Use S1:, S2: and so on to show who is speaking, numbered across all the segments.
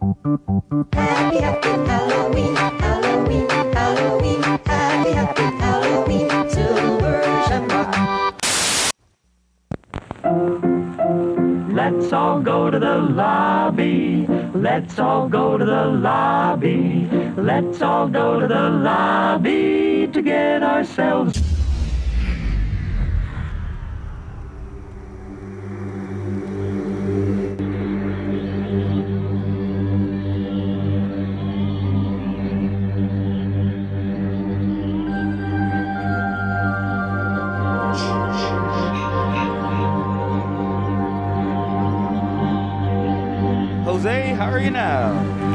S1: Happy happy Halloween, Halloween, Halloween, happy happy Halloween, silver shamrock.
S2: Let's all go to the lobby. Let's all go to the lobby. Let's all go to the lobby to get ourselves.
S3: Jose, how are you now?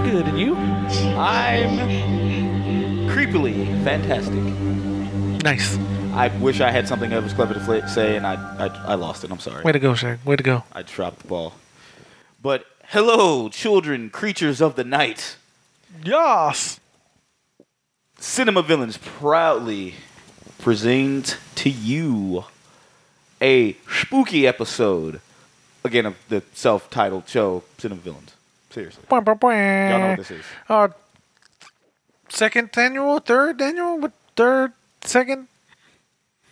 S4: Good, and you?
S3: I'm creepily fantastic.
S4: Nice.
S3: I wish I had something that was clever to fl- say, and I, I, I lost it. I'm sorry.
S4: Way to go, Shaq. Way to go.
S3: I dropped the ball. But hello, children, creatures of the night.
S4: Yas.
S3: Cinema Villains proudly presents to you a spooky episode, again, of the self titled show, Cinema Villains. Seriously.
S4: Y'all
S3: Y'all know what this is.
S4: Uh, second annual, third annual, what- third, second.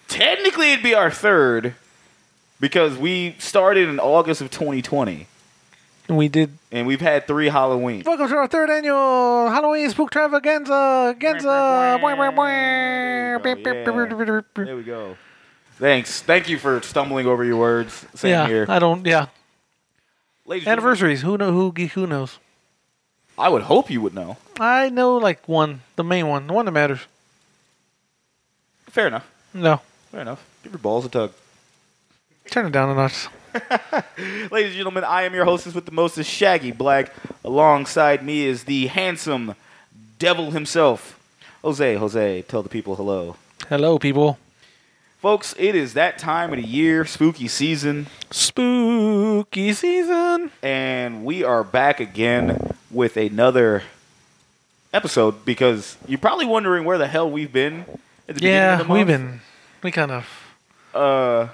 S3: Technically, it'd be our third because we started in August of 2020,
S4: And we did.
S3: and we've had three Halloween.
S4: Welcome to our third annual Halloween Spook Travaganza. Ganza. Boing, boing, boing.
S3: There you go,
S4: Beep, beep, beep, beep, beep, beep.
S3: There we go. Thanks. Thank you for stumbling over your words. Same
S4: Yeah, Uh,
S3: here.
S4: I don't. Yeah,
S3: Ladies and gentlemen,
S4: anniversaries. Who know? Who who knows?
S3: I would hope you would know.
S4: I know like one, the main one, the one that matters.
S3: Fair enough.
S4: No,
S3: Fair enough. Give your balls a tug.
S4: turn it down a notch.
S3: Ladies and gentlemen, I am your hostess with the most is Shaggy Black. Alongside me is the handsome devil himself, Jose. Jose, tell the people hello.
S4: Hello, people.
S3: Folks, it is that time of the year, spooky season,
S4: Spooky season.
S3: and we are back again with another episode because you're probably wondering where the hell we've been at the beginning of
S4: Yeah,
S3: the month.
S4: we've been. We kind of.
S3: Uh,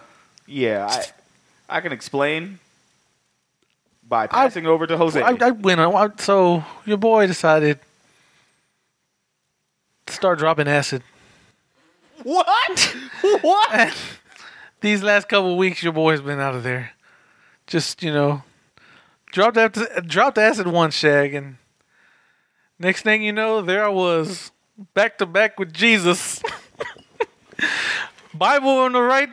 S3: yeah, I, I can explain by passing over to Jose.
S4: I, I went. on- So your boy decided to start dropping acid.
S3: what? what?
S4: These last couple weeks, your boy's been out of there. Just you know, dropped after dropped acid once, Shag, and next thing you know, there I was back to back with Jesus. Bible on the right,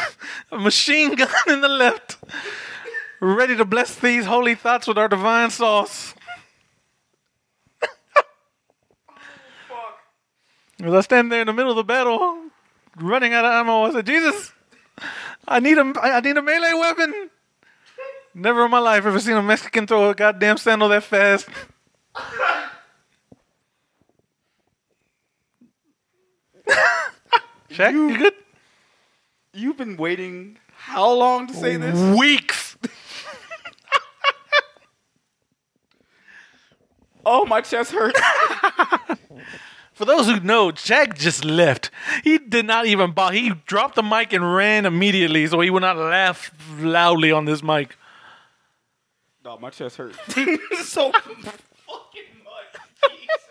S4: machine gun in the left, ready to bless these holy thoughts with our divine sauce. As I stand there in the middle of the battle, running out of ammo, I said, Jesus, I need a, I I need a melee weapon. Never in my life ever seen a Mexican throw a goddamn sandal that fast. Shaq, you good?
S3: You've been waiting how long to say this?
S4: Weeks.
S3: Oh, my chest hurts.
S4: For those who know, Jack just left. He did not even bother. He dropped the mic and ran immediately so he would not laugh loudly on this mic.
S3: no, my chest hurts. so fucking much. Jesus.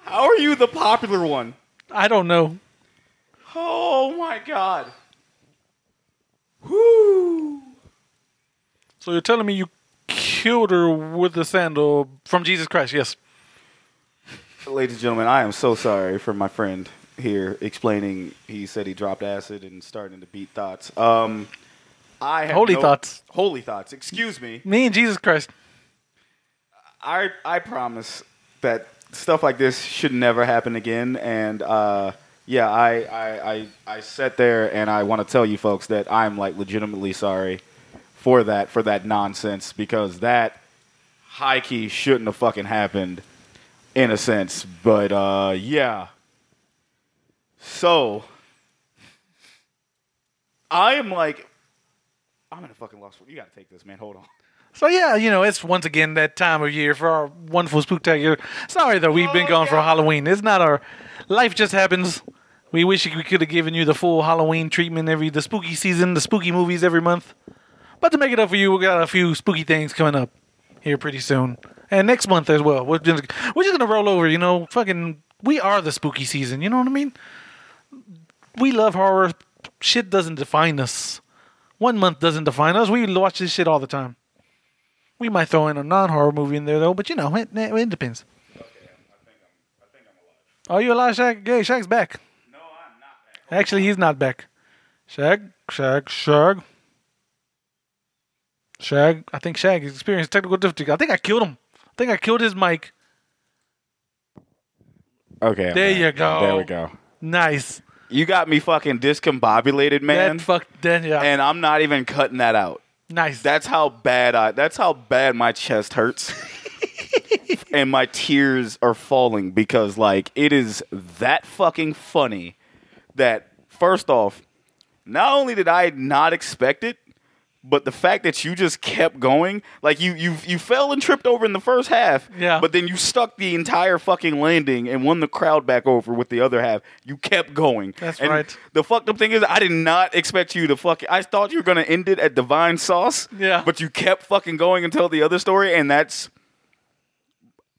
S3: How are you the popular one?
S4: I don't know.
S3: Oh my god. Whoo.
S4: So you're telling me you killed her with a sandal from Jesus Christ? Yes.
S3: Ladies and gentlemen, I am so sorry for my friend here explaining he said he dropped acid and starting to beat thoughts. Um I have
S4: Holy
S3: no-
S4: thoughts.
S3: Holy thoughts. Excuse me.
S4: Me and Jesus Christ.
S3: I I promise that stuff like this should never happen again. And uh, yeah, I, I I I sat there and I want to tell you folks that I'm like legitimately sorry for that for that nonsense because that high key shouldn't have fucking happened in a sense. But uh, yeah, so I am like. I'm gonna fucking lost. You gotta take this, man. Hold on.
S4: So yeah, you know, it's once again that time of year for our wonderful spooktacular. Sorry that we've been gone for Halloween. It's not our life just happens. We wish we could have given you the full Halloween treatment every the spooky season, the spooky movies every month. But to make it up for you, we got a few spooky things coming up here pretty soon, and next month as well. We're just, we're just gonna roll over, you know. Fucking, we are the spooky season. You know what I mean? We love horror. Shit doesn't define us. One month doesn't define us. We watch this shit all the time. We might throw in a non-horror movie in there though, but you know, it, it, it depends. Are you alive, Shaq? Gay, Shaq's back.
S3: No, I'm not.
S4: Actually, he's not back. Shaq, Shaq, Shaq. Shag, I think Shag experienced technical difficulty. I think I killed him. I think I killed his mic.
S3: Okay. I'm
S4: There
S3: back.
S4: you go.
S3: There we go.
S4: Nice.
S3: You got me fucking discombobulated, man.
S4: that fuck. That, yeah.
S3: and I'm not even cutting that out.
S4: nice.
S3: That's how bad I. That's how bad my chest hurts, and my tears are falling because like it is that fucking funny. That first off, not only did I not expect it, but the fact that you just kept going, like you you you fell and tripped over in the first half,
S4: Yeah.
S3: But then you stuck the entire fucking landing and won the crowd back over with the other half. You kept going.
S4: That's
S3: And
S4: right.
S3: The fucked up thing is, I did not expect you to fucking. I thought you were gonna end it at Divine Sauce,
S4: Yeah.
S3: But you kept fucking going until the other story, and that's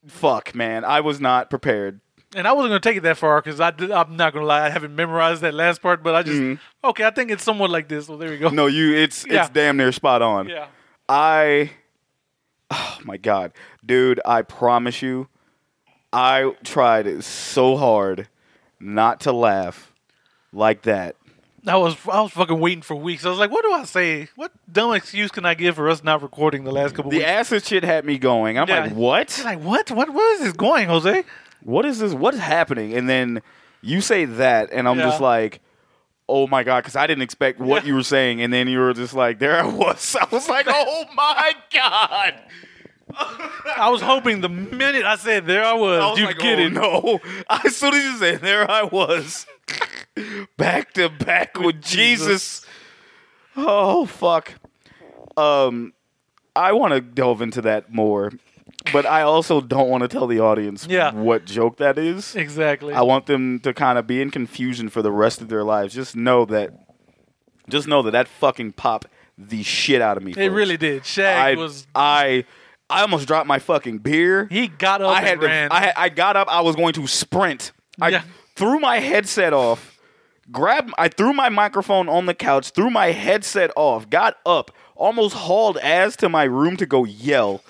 S3: fuck, man. I was not prepared.
S4: and I wasn't gonna take it that far because I did, I'm not gonna lie. I haven't memorized that last part, but I just okay. I think it's somewhat like this. Well, there we go.
S3: Mm-hmm. No, you. It's
S4: Yeah.
S3: it's damn near spot on.
S4: Yeah.
S3: I Oh my god. Dude, I promise you I tried so hard not to laugh like that.
S4: I was I was fucking waiting for weeks. I was like, what do I say? What dumb excuse can I give for us not recording the last couple
S3: The
S4: weeks?
S3: acid shit had me going. I'm
S4: Yeah.
S3: like, "What?
S4: like what? What? Where is this going, Jose?
S3: What is this? What's happening?" And then you say that and I'm
S4: Yeah.
S3: just like, "Oh my god, cuz I didn't expect what
S4: Yeah.
S3: you were saying." And then you were just like, "There I was." I was like, "Oh my god."
S4: I was hoping the minute I said there I was,
S3: I was
S4: you
S3: like,
S4: get
S3: oh,
S4: it.
S3: No, as soon as you say, there I was, back to back with Jesus. Oh fuck. Um, I want to delve into that more, but I also don't want to tell the audience
S4: Yeah.
S3: what joke that is.
S4: Exactly.
S3: I want them to kind of be in confusion for the rest of their lives. Just know that, just know that that fucking pop the shit out of me.
S4: it
S3: folks.
S4: really did. Shag
S3: I
S4: was.
S3: I I almost dropped my fucking beer.
S4: He got up
S3: I
S4: and
S3: had to,
S4: ran.
S3: I had, I got up. I was going to sprint. I
S4: Yeah.
S3: threw my headset off. Grabbed. I threw my microphone on the couch. Threw my headset off. Got up. Almost hauled ass to my room to go yell.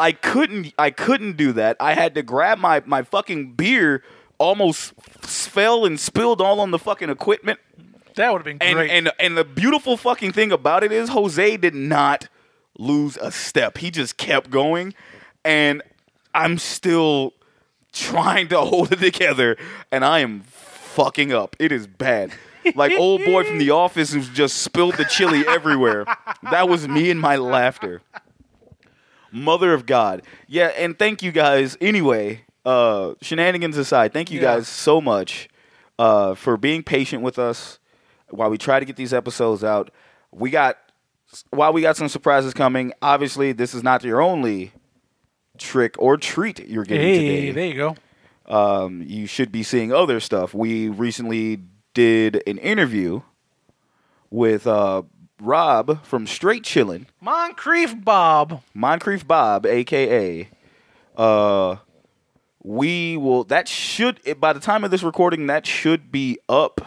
S3: I couldn't. I couldn't do that. I had to grab my my fucking beer. Almost fell and spilled all on the fucking equipment.
S4: that would have been
S3: And
S4: great.
S3: and and the beautiful fucking thing about it is Jose did not lose a step. He just kept going, and I'm still trying to hold it together, and I am fucking up. It is bad. Like old boy from the office who's just spilled the chili everywhere. That was me and my laughter. Mother of God. Yeah, and thank you guys. Anyway, uh, shenanigans aside, thank you
S4: Yeah.
S3: guys so much uh, for being patient with us while we try to get these episodes out. We got while we got some surprises coming. Obviously, this is not your only trick or treat you're getting
S4: hey,
S3: today
S4: there you go.
S3: um, you should be seeing other stuff. We recently did an interview with uh, Rob from Straight Chillin',
S4: Moncrief Bob.
S3: Moncrief Bob, aka. Uh, we will. That should by the time of this recording, that should be up.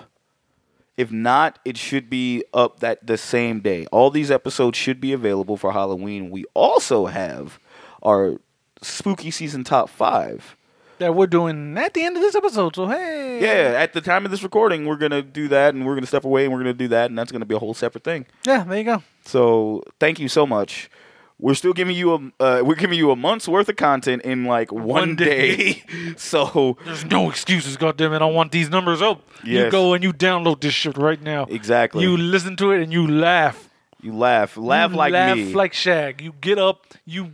S3: If not, it should be up that the same day. All these episodes should be available for Halloween. We also have our spooky season top five.
S4: That we're doing at the end of this episode. So hey.
S3: Yeah, at the time of this recording, we're gonna do that, and we're gonna step away, and we're gonna do that, and that's gonna be a whole separate thing.
S4: Yeah, there you go.
S3: So thank you so much. We're still giving you a uh, we're giving you a month's worth of content in like one,
S4: One day.
S3: day. so
S4: There's no excuses, goddammit. I want these numbers up. You
S3: Yes.
S4: go and you download this shit right now.
S3: exactly,
S4: You
S3: you
S4: listen to it and you laugh.
S3: you laugh, laugh
S4: You
S3: like
S4: laugh
S3: me.
S4: like Shag. You get up. You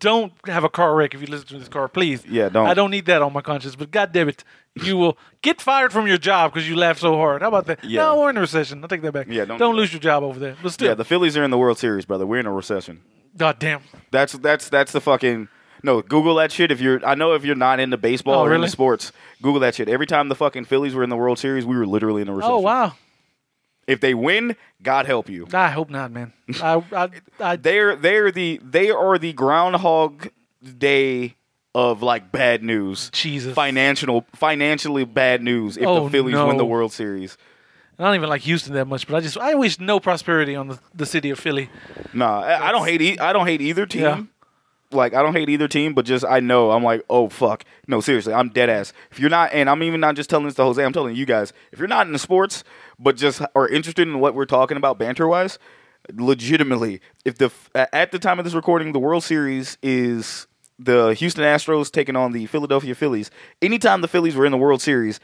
S4: don't have a car wreck if you listen to this car, please.
S3: Yeah, don't.
S4: I don't need that on my conscience, but goddammit. You will get fired from your job because you laugh so hard. How about that?
S3: Yeah.
S4: No, we're in a recession. I'll take that back.
S3: Yeah, don't
S4: don't
S3: do that.
S4: lose your job over there. But still,
S3: yeah, the Phillies are in the World Series, brother. We're in a recession.
S4: goddamn.
S3: That's that's that's the fucking No, Google that shit if you're. I know if you're not into baseball
S4: Oh,
S3: or
S4: really?
S3: into sports, Google that shit. Every time the fucking Phillies were in the World Series, we were literally in a recession.
S4: Oh wow!
S3: If they win, God help you.
S4: I hope not, man. I I, I
S3: They're they're the they are the Groundhog Day of like bad news.
S4: Jesus.
S3: Financial, financially bad news if
S4: Oh,
S3: the Phillies win
S4: no.
S3: the World Series.
S4: I don't even like Houston that much, but I just I wish no prosperity on the, the city of Philly.
S3: Nah, I, I don't hate. E- I don't hate either team.
S4: Yeah.
S3: Like I don't hate either team, but just I know I'm like, oh fuck, no seriously, I'm dead ass. If you're not, and I'm even not just telling this to Jose, I'm telling you guys, if you're not into sports, but just are interested in what we're talking about banter wise, legitimately, if the at the time of this recording, the World Series is the Houston Astros taking on the Philadelphia Phillies. Anytime the Phillies were in the World Series,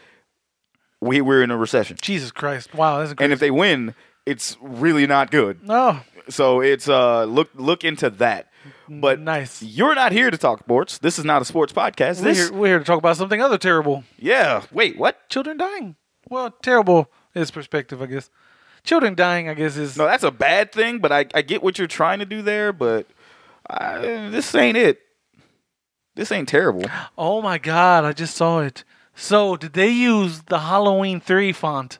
S3: we we're in a recession,
S4: Jesus Christ! Wow, that's Oh, crazy.
S3: and if they win, it's really not good.
S4: no,
S3: So it's uh look look into that. But
S4: Nice.
S3: You're not here to talk sports. This is not a sports podcast.
S4: we're
S3: This
S4: here, we're here to talk about something other terrible:
S3: yeah. Wait, what?
S4: children dying. Well, terrible is perspective, I guess. Children dying, I guess, is
S3: No, that's a bad thing. But I I get what you're trying to do there. But I, this ain't it. This ain't terrible.
S4: Oh my god, I just saw it. So, did they use the Halloween 3 font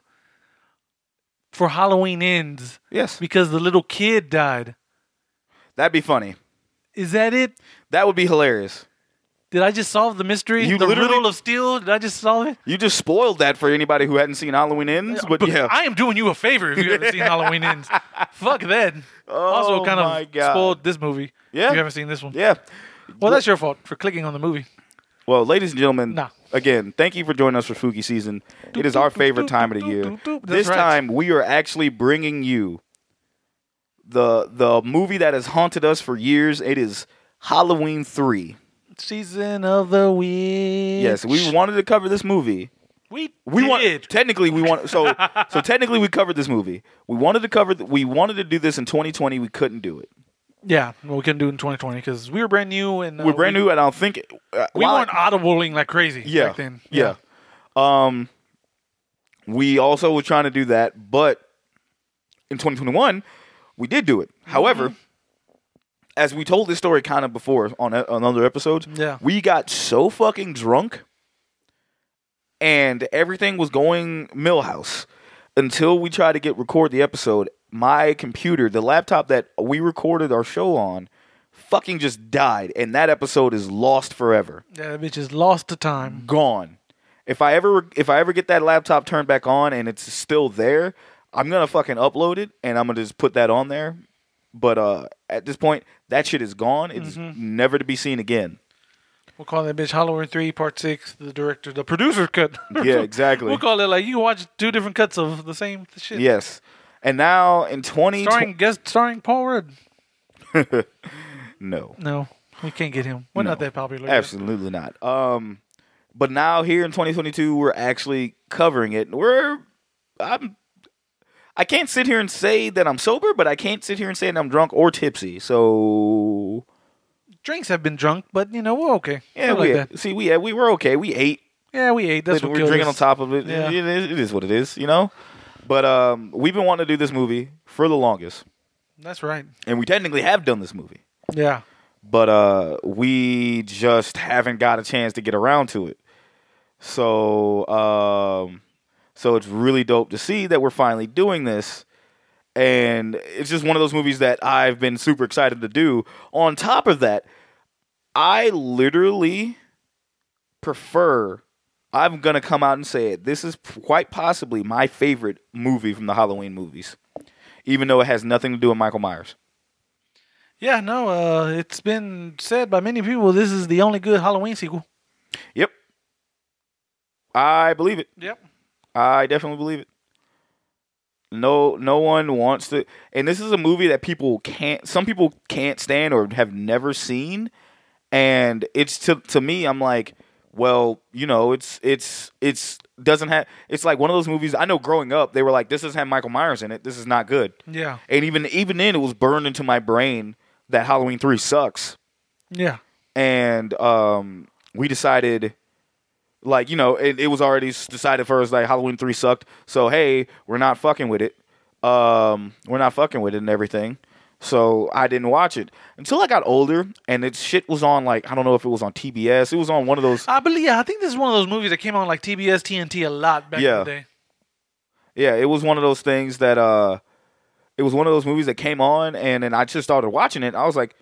S4: for Halloween Ends
S3: Yes,
S4: because the little kid died?
S3: that'd be funny.
S4: Is that it?
S3: That would be hilarious.
S4: Did I just solve the mystery?
S3: You
S4: the
S3: literally-
S4: riddle of steel? Did I just solve it?
S3: You just spoiled that for anybody who hadn't seen Halloween Ends. But yeah,
S4: Uh, I am doing you a favor if you haven't seen Halloween Ends. Fuck that. also, kind
S3: Oh my
S4: of
S3: God.
S4: spoiled this movie.
S3: Yeah.
S4: If you haven't seen this one.
S3: yeah.
S4: Well, that's your fault for clicking on the movie.
S3: Well, ladies and gentlemen,
S4: Nah.
S3: again, thank you for joining us for spooky season. It is our
S4: doop,
S3: favorite
S4: doop,
S3: time of the
S4: doop,
S3: year.
S4: doop, doop. That's
S3: This
S4: right.
S3: time, we are actually bringing you the the movie that has haunted us for years. It is Halloween three.
S4: Season of the Witch.
S3: Yes, we wanted to cover this movie.
S4: we
S3: We
S4: did.
S3: want technically we want so so technically we covered this movie. We wanted to cover th- we wanted to do this in 2020. We couldn't do it.
S4: Yeah, well, we couldn't do it in 2020 because we were brand new and uh,
S3: We're brand
S4: we,
S3: new, and I don't think uh,
S4: We
S3: while I-
S4: weren't audibling like crazy
S3: yeah,
S4: back then.
S3: Yeah. Um, we also were trying to do that, but in 2021, we did do it.
S4: Mm-hmm.
S3: However, as we told this story kind of before on, e, on other episodes,
S4: Yeah.
S3: we got so fucking drunk and everything was going millhouse until we tried to get record the episode. My computer, the laptop that we recorded our show on, fucking just died, and that episode is lost forever
S4: Yeah, that bitch is lost to time.
S3: gone. If I ever if I ever get that laptop turned back on and it's still there, I'm gonna fucking upload it and I'm gonna just put that on there. But uh at this point, that shit is gone. It's
S4: Mm-hmm.
S3: never to be seen again.
S4: We'll call that bitch Halloween 3 Part 6, the director, the producer's cut.
S3: Yeah, exactly.
S4: we'll call it like you can watch two different cuts of the same shit.
S3: Yes. And now in 20
S4: Starring, guest starring Paul Rudd.
S3: no.
S4: No, we can't get him. We're not that popular. yet.
S3: Absolutely not. Um, but now here in 2022, we're actually covering it. We're I'm I can't sit here and say that I'm sober, but I can't sit here and say that I'm drunk or tipsy. So
S4: Drinks have been drunk, but you know, we're okay.
S3: yeah,
S4: We're like
S3: we
S4: that.
S3: see we yeah, we were okay. We ate.
S4: Yeah, we ate. That's
S3: but
S4: what
S3: we're
S4: killed
S3: drinking on
S4: us.
S3: top of it.
S4: Yeah.
S3: It, is, it is what it is, you know. But um, we've been wanting to do this movie for the longest,
S4: That's right.
S3: and we technically have done this movie,
S4: Yeah.
S3: but uh, we just haven't got a chance to get around to it. So, um, so it's really dope to see that we're finally doing this, and it's just one of those movies that I've been super excited to do. On top of that, I literally prefer. I'm gonna come out and say it. This is quite possibly my favorite movie from the Halloween movies, even though it has nothing to do with Michael Myers.
S4: Yeah, no, uh, it's been said by many people this is the only good Halloween sequel.
S3: Yep, I believe it.
S4: Yep.
S3: I definitely believe it. No, no one wants to. And this is a movie that people can't. Some people can't stand or have never seen. And it's to to me, I'm like, well, you know, it's it's it's doesn't have. It's like one of those movies. I know growing up, they were like, this doesn't have Michael Myers in it. This is not good.
S4: Yeah.
S3: And even even then, it was burned into my brain that Halloween three sucks
S4: Yeah.
S3: and um, we decided like you know it, it was already s- decided for us like halloween 3 sucked so hey we're not fucking with it um, we're not fucking with it and everything So I didn't watch it until I got older, and it shit was on like I don't know if it was on TBS. It was on one of those.
S4: I believe. Yeah, I think this is one of those movies that came on like TBS, TNT a lot back
S3: Yeah.
S4: in the day.
S3: Yeah, it was one of those things that uh, it was one of those movies that came on, and then I just started watching it. I was like,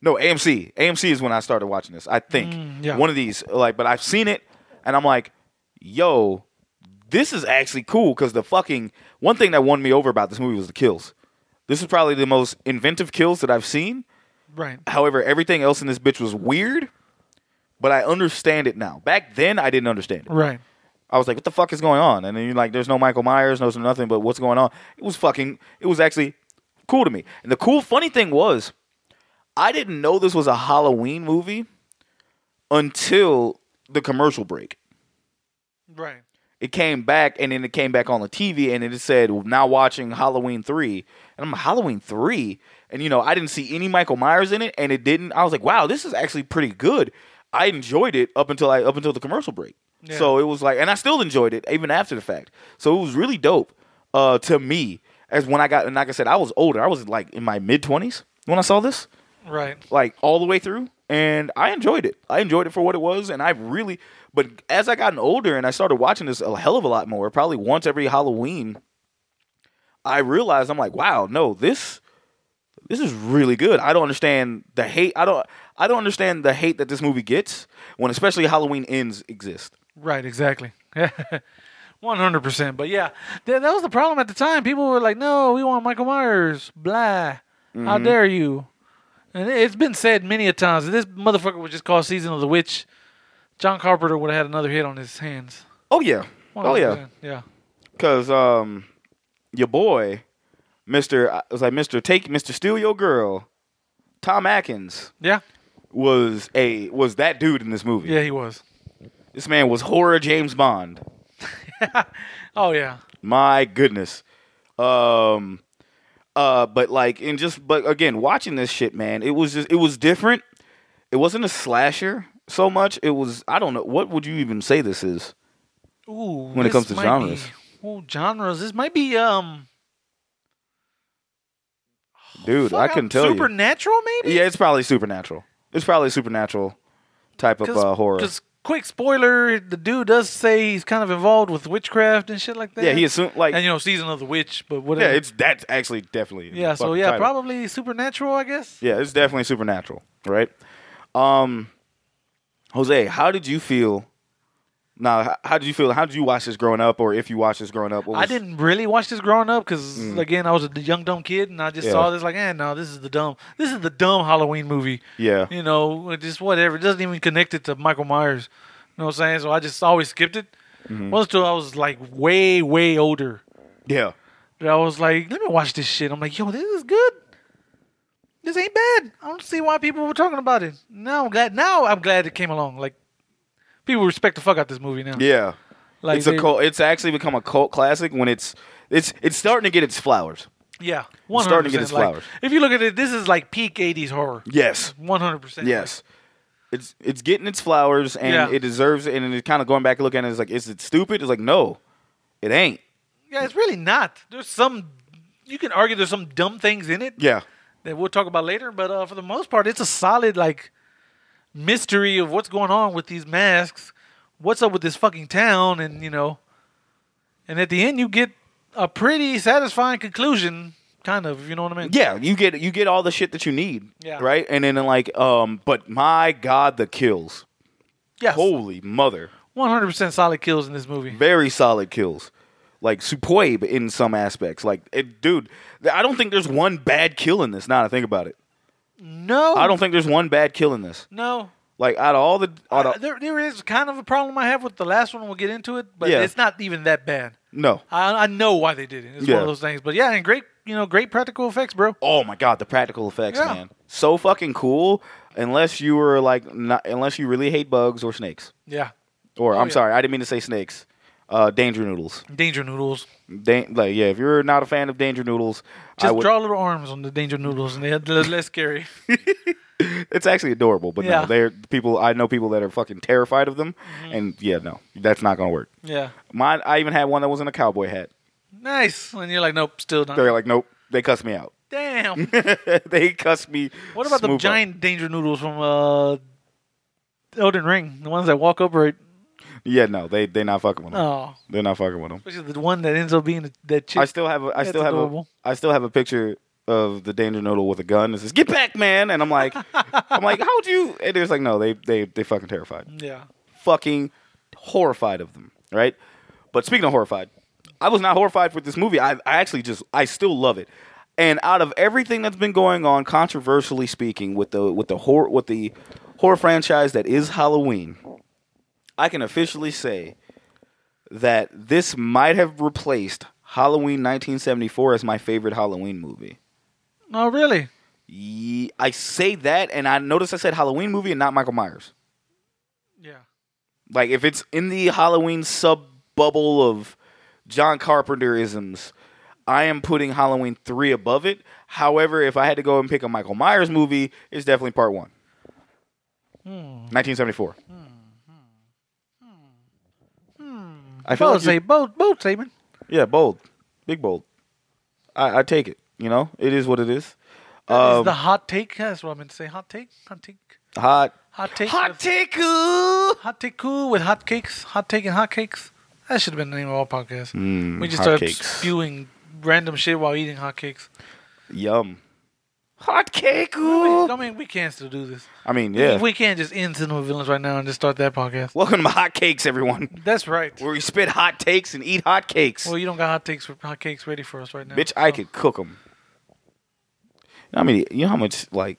S3: no, AMC. AMC is when I started watching this. I think
S4: yeah.
S3: one of these. Like, but I've seen it, and I'm like, yo, this is actually cool because the fucking one thing that won me over about this movie was the kills. This is probably the most inventive kills that I've seen.
S4: Right.
S3: However, everything else in this bitch was weird, but I understand it now. Back then, I didn't understand it.
S4: Right.
S3: I was like, "What the fuck is going on?" And then you're like, "There's no Michael Myers, no there's nothing, but what's going on?" It was fucking. It was actually cool to me. And the cool, funny thing was, I didn't know this was a Halloween movie until the commercial break.
S4: Right.
S3: It came back, and then it came back on the TV, and it said, "Now watching Halloween 3. And I'm like, Halloween three, and you know, I didn't see any Michael Myers in it, and it didn't. I was like, "Wow, this is actually pretty good." I enjoyed it up until I up until the commercial break.
S4: Yeah.
S3: So it was like, and I still enjoyed it even after the fact. So it was really dope uh, to me. As when I got, and like I said, I was older. I was like in my mid twenties when I saw this
S4: Right.
S3: like all the way through and I enjoyed it. I enjoyed it for what it was and I really but as I gotten older and I started watching this a hell of a lot more, probably once every Halloween, I realized I'm like, wow, no, this this is really good. I don't understand the hate. I don't I don't understand the hate that this movie gets when especially Halloween ends exist.
S4: Right, exactly. One hundred percent. But yeah, that, that was the problem at the time. People were like, "No, we want Michael Myers." Blah. How
S3: Mm-hmm.
S4: dare you? And it- it's been said many a times. If this motherfucker was just called Season of the Witch, John Carpenter would have had another hit on his hands.
S3: Oh yeah. Oh yeah.
S4: 100%. yeah.
S3: Cause um your boy, Mr. I was like, Mr. Take Mr. Steal Your Girl, Tom Atkins.
S4: Yeah,
S3: was a was that dude in this movie.
S4: yeah, he was.
S3: This man was horror James Bond.
S4: Oh yeah,
S3: My goodness. Um uh but like and just but again watching this shit man, it was just it was different. It wasn't a slasher so much. It was I don't know what would you even say this is?
S4: Ooh,
S3: When it
S4: this
S3: comes to
S4: might
S3: genres.
S4: be- ooh, genres. This might be um.
S3: Dude,
S4: fuck,
S3: I
S4: I'm
S3: couldn't tell
S4: Supernatural, maybe.
S3: you. Yeah, it's probably supernatural. It's probably supernatural type of uh, horror.
S4: Because quick spoiler, the dude does say he's kind of involved with witchcraft and shit like that.
S3: Yeah, he assumed like
S4: and you know season of the witch, but
S3: yeah,
S4: whatever.
S3: it's that's actually definitely in the
S4: yeah. So
S3: fucking
S4: yeah,
S3: title.
S4: probably supernatural, I guess.
S3: Yeah, it's definitely supernatural, right? Um, Jose, how did you feel? Now, h- how did you feel? How did you watch this growing up, or if you watched this growing up? What
S4: I
S3: was-
S4: didn't really watch this growing up because again, I was a d- young dumb kid, and I just
S3: Mm. Yeah.
S4: saw this like, eh, no, this is the dumb, this is the dumb Halloween movie.
S3: Yeah,
S4: You know, it just whatever. It doesn't even connect it to Michael Myers. You know what I'm saying? So I just always skipped it.
S3: Mm-hmm.
S4: Once till I was like way, way older.
S3: yeah,
S4: that I was like, let me watch this shit. I'm like, yo, this is good. This ain't bad. I don't see why people were talking about it. Now I'm glad. Now I'm glad it came along. Like, people respect the fuck out this movie now.
S3: yeah.
S4: like
S3: it's a
S4: they-
S3: cult. It's actually become a cult classic when it's it's it's starting to get its flowers.
S4: Yeah, one
S3: It's starting
S4: hundred
S3: to get
S4: percent.
S3: its flowers.
S4: If you look at it, this is like peak '80s horror.
S3: Yes,
S4: One hundred percent.
S3: yes. It's it's getting its flowers and
S4: Yeah.
S3: it deserves it. And it's kind of going back and looking at it. It's like, is it stupid? It's like, no, it ain't.
S4: yeah, it's really not. There's some. You can argue there's some dumb things in it
S3: Yeah,
S4: that we'll talk about later, but uh, for the most part, it's a solid like mystery of what's going on with these masks, what's up with this fucking town, and you know, and at the end you get a pretty satisfying conclusion, kind of. You know what I mean?
S3: Yeah, you get you get all the shit that you need.
S4: Yeah.
S3: Right? And then like um but my god the kills.
S4: yes.
S3: Holy mother.
S4: One hundred percent solid kills in this movie.
S3: Very solid kills. Like superb in some aspects. Like it, dude, th- I don't think there's one bad kill in this. Now that I think about it.
S4: No,
S3: Mm-hmm. I don't think there's one bad kill in this.
S4: No,
S3: Like out of all the out
S4: Uh,
S3: of,
S4: there there is kind of a problem I have with the last one. We'll get into it, but
S3: Yeah.
S4: it's not even that bad.
S3: no.
S4: I, I know why they did it. It's
S3: Yeah.
S4: one of those things. But yeah, and great, you know, great practical effects, bro.
S3: Oh my god, the practical effects,
S4: Yeah.
S3: man. So fucking cool unless you were like not, unless you really hate bugs or snakes.
S4: Yeah,
S3: Or I'm
S4: Oh, yeah.
S3: sorry, I didn't mean to say snakes. Uh danger noodles.
S4: danger noodles.
S3: Dan- like yeah, if you're not a fan of Danger Noodles, I
S4: Just
S3: would,
S4: draw little arms on the danger noodles, and they're they're less scary.
S3: it's actually adorable. But
S4: Yeah. Mm-hmm.
S3: no, they're people. I know people that are fucking terrified of them, and yeah, no, that's not gonna work.
S4: yeah,
S3: Mine. I even had one that was in a cowboy hat.
S4: nice. And you're like, nope, still not.
S3: They're like, nope, They cussed me out.
S4: Damn.
S3: they cussed me.
S4: What about
S3: smooth
S4: the
S3: up.
S4: giant danger noodles from uh, Elden Ring? The ones that walk upright.
S3: Yeah, no, they they not fucking with them.
S4: Oh,
S3: They're not fucking with them.
S4: especially the one that ends up being the, that chick.
S3: I still have a, I
S4: That's
S3: still have
S4: adorable.
S3: a, I still have a picture of the danger noodle with a gun. It says "Get back, man!" And I'm like, I'm like, how'd you? And it's like, no, they they they fucking terrified,
S4: yeah.
S3: fucking horrified of them, right? But speaking of horrified, I was not horrified with this movie. I, I actually just I still love it. And out of everything that's been going on, controversially speaking, with the with the horror with the horror franchise that is Halloween, I can officially say that this might have replaced Halloween 1974 as my favorite Halloween movie.
S4: Oh, really?
S3: Ye- I say that, and I notice I said Halloween movie and not Michael Myers.
S4: Yeah.
S3: Like, if it's in the Halloween sub bubble of John Carpenter isms, I am putting Halloween 3 above it. However, if I had to go and pick a Michael Myers movie, it's definitely part one.
S4: Hmm.
S3: 1974. I feel
S4: Hmm. Bold,
S3: like you-
S4: say, bold, bold statement.
S3: Yeah, bold, big bold. I, I take it. You know, it is what it is.
S4: That is
S3: Um,
S4: the hot take. That's what I'm going to say. Hot take. Hot take.
S3: hot,
S4: Hot take.
S3: hot
S4: with-
S3: take. ooh.
S4: Hot take cool with hot cakes. Hot take and hot cakes. That should have been the name of our podcast.
S3: Mm,
S4: we just
S3: hot
S4: started
S3: cakes.
S4: spewing random shit while eating hot cakes.
S3: Yum. Hot cake. ooh.
S4: I mean, we can still do this.
S3: I mean, yeah.
S4: We can't just end Cinema Villains right now and just start that podcast.
S3: Welcome to my hot cakes, everyone.
S4: That's right.
S3: Where we spit hot takes and eat hot cakes.
S4: Well, you don't got hot takes for hot cakes ready for us right now.
S3: Bitch, I
S4: so
S3: could cook them. I mean, you know how much like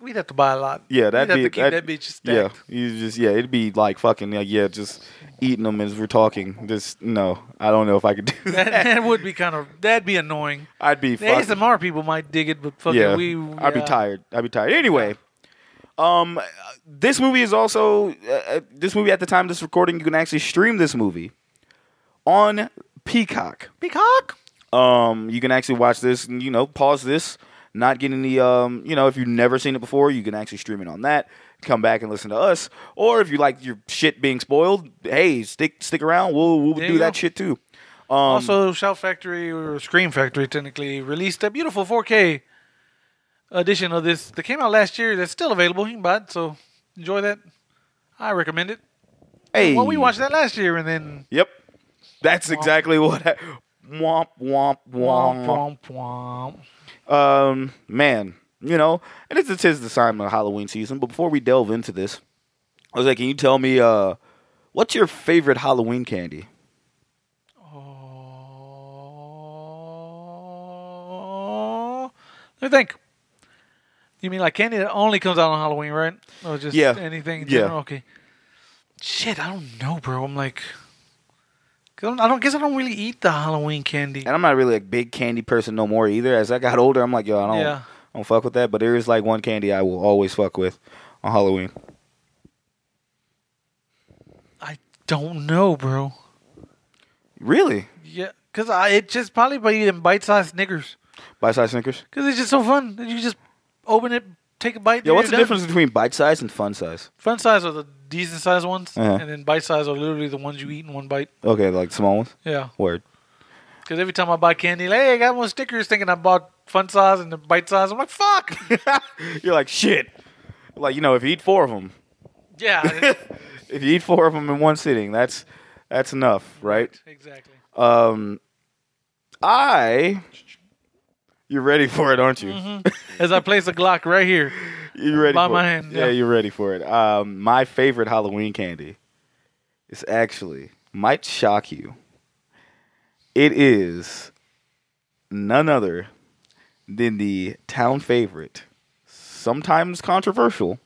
S4: We'd have to buy a lot.
S3: yeah that'd
S4: We'd have
S3: be
S4: to keep
S3: that'd-
S4: that bitch
S3: yeah
S4: stacked.
S3: you just yeah it'd be like fucking like, yeah just eating them as we're talking just no I don't know if I could do
S4: That,
S3: that
S4: that would be kind of that'd be annoying.
S3: I'd be
S4: The
S3: fucking,
S4: ASMR people might dig it, but fucking
S3: yeah,
S4: we. uh,
S3: I'd be
S4: yeah.
S3: tired. I'd be tired. Anyway, um, uh, this movie is also uh, uh, this movie at the time of this recording. You can actually stream this movie on Peacock.
S4: Peacock.
S3: Um, you can actually watch this. and, You know, pause this. Not getting the um, you know, if you've never seen it before, you can actually stream it on that. Come back and listen to us, or if you like your shit being spoiled, hey, stick stick around. We'll we'll
S4: There
S3: do
S4: you
S3: that
S4: go.
S3: shit too.
S4: also, Shout Factory or Scream Factory technically released a beautiful 4K edition of this that came out last year. That's still available. You can buy it. So enjoy that. I recommend it.
S3: Hey,
S4: Well, we watched that last year, and then
S3: Yep, that's exactly what. I, womp womp womp.
S4: womp womp womp.
S3: um, man, you know, and it's it is the time of Halloween season. But before we delve into this, I was like, can you tell me uh, what's your favorite Halloween candy?
S4: Oh, let me think. You mean like candy that only comes out on Halloween, right? Or just
S3: Yeah.
S4: anything? in
S3: Yeah.
S4: general? Okay. Shit, I don't know, bro. I'm like, 'cause I don't, I don't guess I don't really eat the Halloween candy.
S3: And I'm not really a big candy person no more either. As I got older, I'm like, yo, I don't,
S4: Yeah.
S3: I don't fuck with that. But there is like one candy I will always fuck with on Halloween.
S4: I don't know, bro.
S3: Really?
S4: Yeah, cause I it just probably by eating bite-sized Snickers,
S3: Bite size Snickers?
S4: cause it's just so fun. that You just open it, take a bite.
S3: Yo,
S4: and
S3: what's the
S4: you're done.
S3: difference between bite size and fun size?
S4: Fun size are the decent sized ones,
S3: Uh-huh.
S4: and then bite size are literally the ones you eat in one bite.
S3: Okay, like small ones?
S4: Yeah.
S3: Word.
S4: Because every time I buy candy, like, hey, I got more stickers thinking I bought fun size and the bite size. I'm like, fuck.
S3: You're like, shit. Like, you know, if you eat four of them,
S4: yeah,
S3: if you eat four of them in one sitting, that's that's enough, right?
S4: exactly.
S3: Um, I. You're ready for it, aren't you?
S4: As I place a Glock right here.
S3: You're ready
S4: By
S3: for
S4: my
S3: it.
S4: hand,
S3: Yeah.
S4: yeah.
S3: you're ready for it. Um, my favorite Halloween candy is actually might shock you. It is none other than the town favorite, sometimes controversial,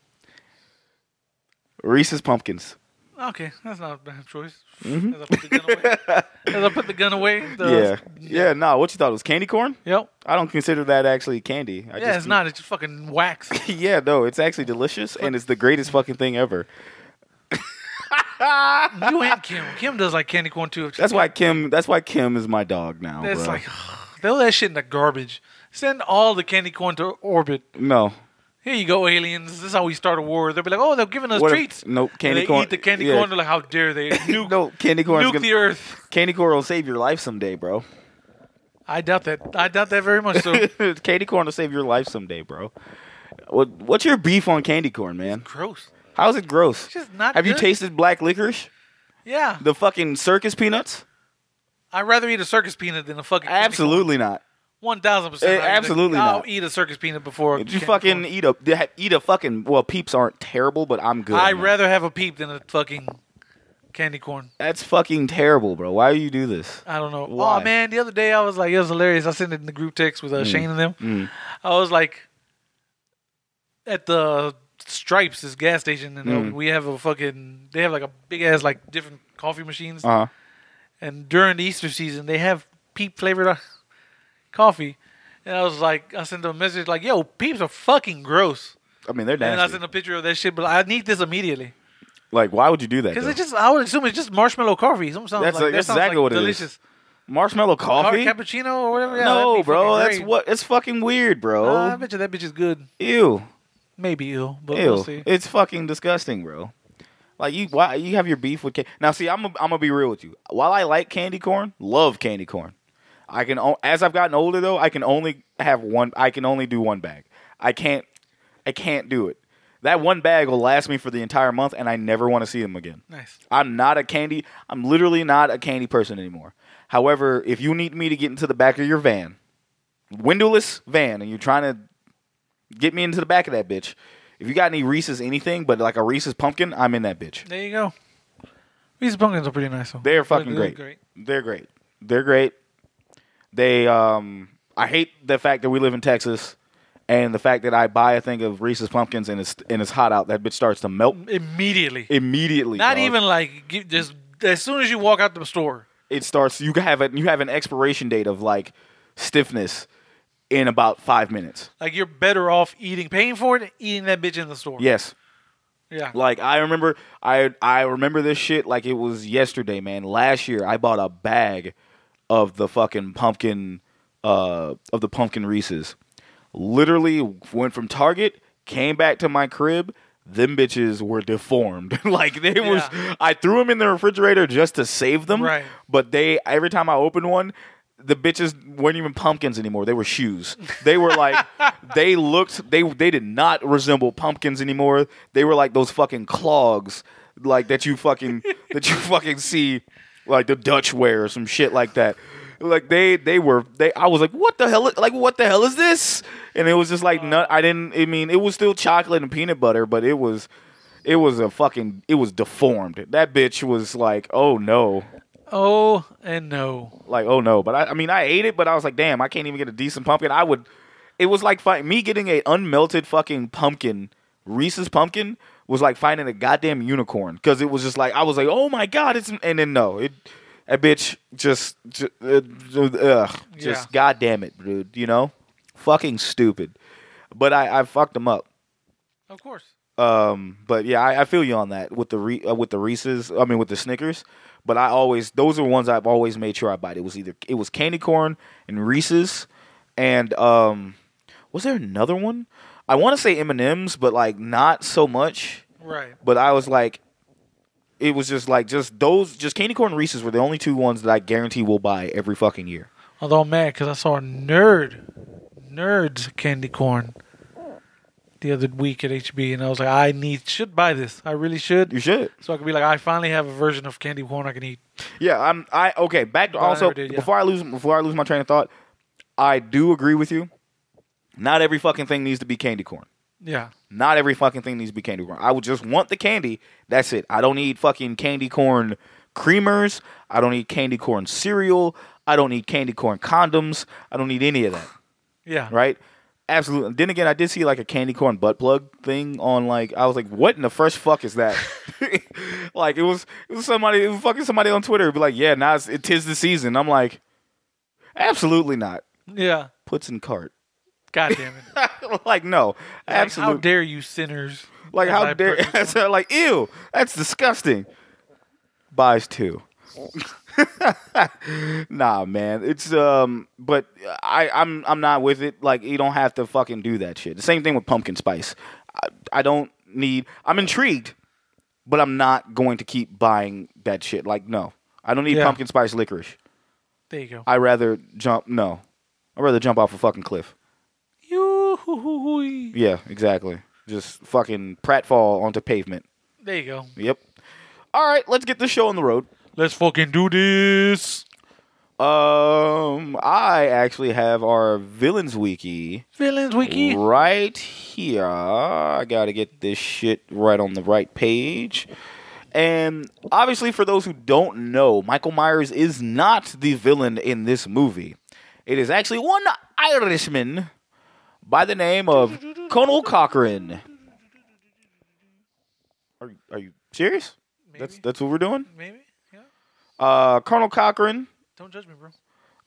S3: Reese's Pumpkins.
S4: Okay, that's not a bad choice. As, I put the gun away, as I put the gun away.
S3: Mm-hmm. yeah,
S4: The,
S3: yeah. No, nah, what you thought it was candy corn?
S4: Yep.
S3: I don't consider that actually candy. I
S4: Yeah,
S3: just
S4: it's not. It's just fucking wax.
S3: yeah, no, it's actually delicious and it's the greatest fucking thing ever.
S4: you and Kim. Kim does like candy corn too.
S3: That's why Kim. That's why Kim is my dog now.
S4: It's
S3: bro.
S4: like, throw that shit in the garbage. Send all the candy corn to orbit.
S3: no.
S4: Here you go, aliens. This is how we start a war. They'll be like, oh, they're giving us
S3: What if-
S4: treats.
S3: nope, candy
S4: and they
S3: corn-
S4: eat the candy
S3: yeah.
S4: corn. They're like, how dare they? Nuke,
S3: no, candy corn.
S4: nuke the earth.
S3: Candy corn will save your life someday, bro.
S4: I doubt that. I doubt that very much. So
S3: candy corn will save your life someday, bro. What, what's your beef on candy corn, man?
S4: gross.
S3: How is it gross?
S4: It's just not
S3: Have you
S4: good.
S3: tasted black licorice?
S4: Yeah,
S3: The fucking circus peanuts?
S4: I'd rather eat a circus peanut than a fucking candy corn.
S3: Absolutely not.
S4: one thousand percent.
S3: Eh, absolutely
S4: I'll
S3: not.
S4: eat a circus peanut before. a
S3: Did you
S4: candy
S3: fucking
S4: corn.
S3: eat a they ha- eat a fucking? Well, peeps aren't terrible, but I'm good.
S4: I'd
S3: man.
S4: rather have a peep than a fucking candy corn.
S3: That's fucking terrible, bro. Why do you do this?
S4: I don't know.
S3: Why? Mm.
S4: Oh man, the other day I was like, it was hilarious. I sent it in the group text with uh, Shane and them. I was like, at the Stripes, this gas station, and uh,
S3: Mm.
S4: we have a fucking. They have like a big ass like different coffee machines,
S3: Uh huh.
S4: and during the Easter season they have peep flavored uh, coffee. And I was like, I sent them a message like, "Yo, peeps are fucking gross."
S3: I mean, they're
S4: And I
S3: nasty.
S4: sent a picture of that shit, but I need this immediately.
S3: like, why would you do that?
S4: Because
S3: though?
S4: it's just, I would assume it's just marshmallow coffee. Some sounds
S3: That's
S4: like,
S3: like-
S4: that
S3: that's
S4: sounds
S3: exactly
S4: like
S3: what it is.
S4: delicious.
S3: Marshmallow
S4: Or
S3: coffee?
S4: cappuccino or whatever. Yeah, that'd
S3: no,
S4: be
S3: bro.
S4: fucking
S3: That's
S4: great.
S3: what. It's fucking weird, bro.
S4: Nah, I bet you that bitch is good.
S3: Ew,
S4: Maybe ill, but
S3: ew.
S4: we'll see.
S3: It's fucking disgusting, bro. Like you, why you have your beef with candy? Now, see, I'm i I'm gonna be real with you. While I like candy corn, love candy corn. I can o- as I've gotten older though, I can only have one. I can only do one bag. I can't. I can't do it. That one bag will last me for the entire month, and I never want to see them again.
S4: nice.
S3: I'm not a candy. I'm literally not a candy person anymore. However, if you need me to get into the back of your van, windowless van, and you're trying to get me into the back of that bitch, if you got any Reese's anything, but like a Reese's pumpkin, I'm in that bitch.
S4: There you go. These pumpkins are pretty nice. Though.
S3: They're fucking
S4: They're
S3: great. They're great. They're great. They um I hate the fact that we live in Texas and the fact that I buy a thing of Reese's pumpkins and it's and it's hot out, that bitch starts to melt
S4: Immediately.
S3: immediately.
S4: Not
S3: dog.
S4: even like give, just as soon as you walk out the store.
S3: it starts you have a, you have an expiration date of like stiffness in about five minutes.
S4: Like you're better off eating, paying for it, and eating that bitch in the store.
S3: Yes.
S4: Yeah.
S3: Like I remember I I remember this shit like it was yesterday, man. Last year I bought a bag of the fucking pumpkin uh of the pumpkin Reese's. Literally went from Target, came back to my crib, them bitches were deformed. like they was
S4: Yeah.
S3: I threw them in the refrigerator just to save them.
S4: Right.
S3: But they every time I opened one, the bitches weren't even pumpkins anymore. They were shoes. They were like they looked they they did not resemble pumpkins anymore. They were like those fucking clogs like that you fucking that you fucking see like the Dutch wear or some shit like that. Like they they were they I was like what the hell like what the hell is this? And it was just like nut I didn't I mean it was still chocolate and peanut butter but it was it was a fucking it was deformed. That bitch was like oh no
S4: Oh and no.
S3: like oh no but I, I mean i ate it but i was like damn i can't even get a decent pumpkin i would it was like fi- me getting a unmelted fucking pumpkin reese's pumpkin was like finding a goddamn unicorn because it was just like i was like oh my god it's and then no it that bitch just just, uh, ugh, just
S4: Yeah.
S3: god damn it dude you know fucking stupid but i i fucked them up
S4: Of course.
S3: um, but yeah, I, I feel you on that with the re, uh, with the Reese's. I mean, with the Snickers. But I always those are ones I've always made sure I bought. It was either it was candy corn and Reese's, and um, was there another one? I want to say M and M's, but like not so much.
S4: Right.
S3: But I was like, it was just like just those just candy corn and Reese's were the only two ones that I guarantee will buy every fucking year.
S4: Although I'm mad because I saw a nerd, nerds candy corn the other week at HB, and I was like, I need should buy this. I really
S3: You
S4: should.
S3: should.
S4: So I could be like, I finally have a version of candy corn I can eat.
S3: Yeah, I'm. I okay. Back to
S4: I
S3: also
S4: never did, yeah.
S3: before I lose before I lose my train of thought, I do agree with you. Not every fucking thing needs to be candy corn.
S4: Yeah.
S3: Not every fucking thing needs to be candy corn. I would just want the candy. That's it. I don't need fucking candy corn creamers. I don't need candy corn cereal. I don't need candy corn condoms. I don't need any of that.
S4: Yeah.
S3: Right? Absolutely. Then again, I did see like a candy corn butt plug thing on like I was like, what in the first fuck is that? like it was it was somebody it was fucking somebody on Twitter be like, yeah, now it's, it is the season. I'm like, absolutely not.
S4: Yeah.
S3: Puts in cart.
S4: God damn it. Like,
S3: like no,
S4: how
S3: absolutely.
S4: dare you sinners?
S3: Like
S4: As
S3: how
S4: I
S3: dare?
S4: put it.
S3: so, like ew, that's disgusting. Buys two. nah, man, it's um, but I I'm I'm not with it. Like you don't have to fucking do that shit. The same thing with pumpkin spice. I, I don't need. I'm intrigued, but I'm not going to keep buying that shit. Like no, I don't need
S4: Yeah.
S3: pumpkin spice licorice.
S4: There you go.
S3: I rather jump. No, I'd rather jump off a fucking cliff.
S4: Yoo-hoo-hoo-hoo.
S3: Yeah, exactly. Just fucking pratfall onto pavement.
S4: There you go.
S3: Yep. All right, let's get this show on the road.
S4: Let's fucking do this.
S3: Um, I actually have our villains wiki
S4: Villains Wiki.
S3: right here. I gotta get this shit right on the right page. And obviously, for those who don't know, Michael Myers is not the villain in this movie. It is actually one Irishman by the name of Conal Cochran. Are, are you serious? That's
S4: Maybe.
S3: that's what we're doing.
S4: Maybe. Yeah.
S3: Uh, Colonel Cochran
S4: Don't judge me, bro.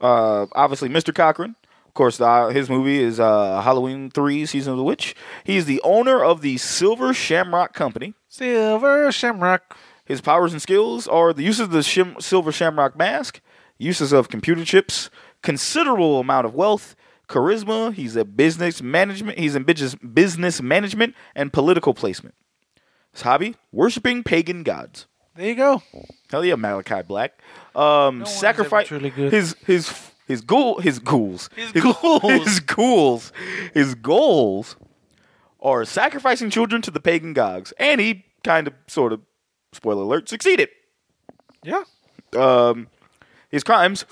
S3: uh, obviously Mr. Cochran. Of course, uh, his movie is uh, Halloween 3 Season of the Witch. He's the owner of the Silver Shamrock Company.
S4: Silver Shamrock.
S3: His powers and skills are the use of the shim- Silver Shamrock Mask, uses of computer chips, considerable amount of wealth, charisma. He's a business management. He's in business, business management and political placement. His hobby: worshiping pagan gods.
S4: There you go.
S3: Hell yeah, Malachi Black. Um,
S4: one's
S3: sacrifice
S4: ever truly good.
S3: his his his ghoul his ghouls
S4: His ghouls.
S3: his ghouls his goals are sacrificing children to the pagan gods, and he kind of sort of spoiler alert succeeded.
S4: Yeah.
S3: Um, his crimes: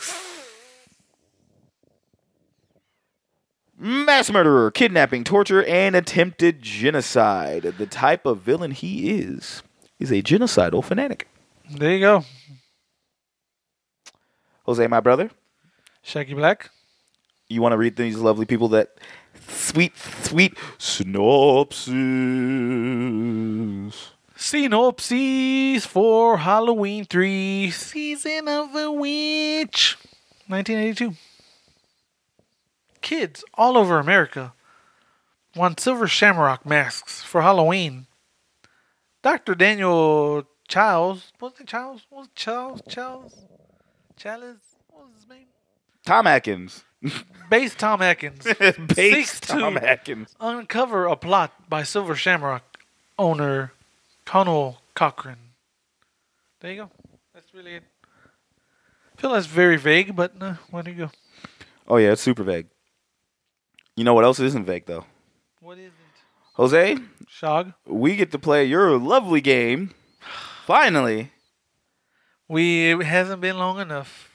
S3: mass murderer, kidnapping, torture, and attempted genocide. The type of villain he is is a genocidal fanatic.
S4: There you go.
S3: Jose, my brother.
S4: Shaggy Black.
S3: you want to read these lovely people that sweet, sweet synopsis.
S4: Synopsis for Halloween 3 Season of the Witch 1982. Kids all over America want silver shamrock masks for Halloween. Dr. Daniel Childs, was it Childs? Was it Childs? Childs? Chalice? What was his name?
S3: Tom Atkins.
S4: Bass Tom Atkins.
S3: Base
S4: seeks to
S3: Tom Atkins.
S4: Uncover a plot by Silver Shamrock owner Connell Cochran. There you go. That's really it. I feel that's very vague, but uh, where do you go?
S3: Oh, yeah, it's super vague. You know what else isn't vague, though?
S4: What is it?
S3: Jose,
S4: Shog.
S3: we get to play your lovely game. Finally,
S4: We it hasn't been long enough.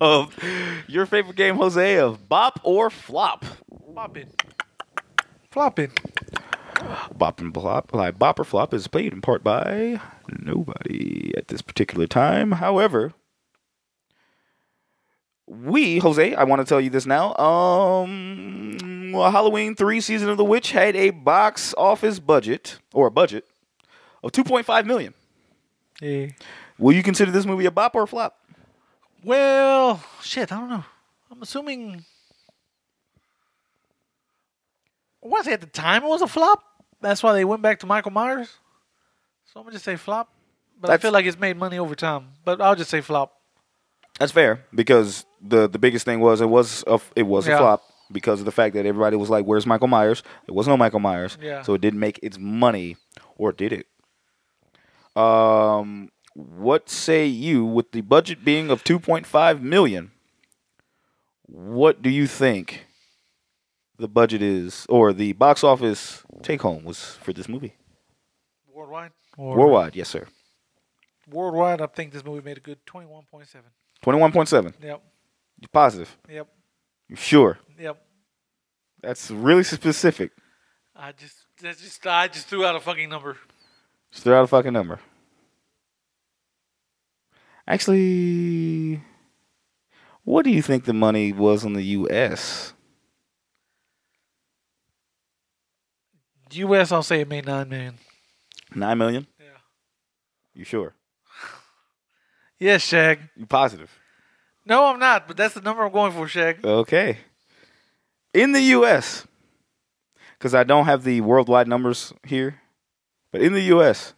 S3: of your favorite game, Jose, of Bop or Flop.
S4: Flop it. Flop it.
S3: Bop and Flop. Like Bop or Flop is played in part by nobody at this particular time. However, we, Jose, I want to tell you this now. Um, Halloween 3 Season of the Witch had a box office budget, or a budget, of 2.5 million.
S4: Yeah.
S3: Will you consider this movie a bop or a flop?
S4: Well, shit, I don't know. I'm assuming. Was it at the time it was a flop? That's why they went back to Michael Myers. So I'm gonna just say flop. But I
S3: That's-
S4: feel like it's made money over time. But I'll just say flop.
S3: That's fair because the the biggest thing was it was a it was a
S4: Yeah.
S3: flop because of the fact that everybody was like, "Where's Michael Myers?" There was no Michael Myers,
S4: Yeah.
S3: so it didn't make its money, or did it? Um, what say you with the budget being of two point five million? What do you think the budget is, or the box office take home was for this movie?
S4: Worldwide.
S3: Worldwide, yes, sir.
S4: Worldwide, I think this movie made a good 21.7.
S3: Twenty one point seven.
S4: Yep.
S3: You positive?
S4: Yep.
S3: You sure?
S4: Yep.
S3: That's really specific.
S4: I just, that's just, I just threw out a fucking number.
S3: Just throw out a fucking number. Actually, what do you think the money was in the U.S.?
S4: U.S. I'll say it made nine million.
S3: Nine million?
S4: Yeah.
S3: You sure?
S4: Yes, Shag.
S3: You positive?
S4: No, I'm not. But that's the number I'm going for, Shag.
S3: Okay. In the U.S., because I don't have the worldwide numbers here, but in the U.S.,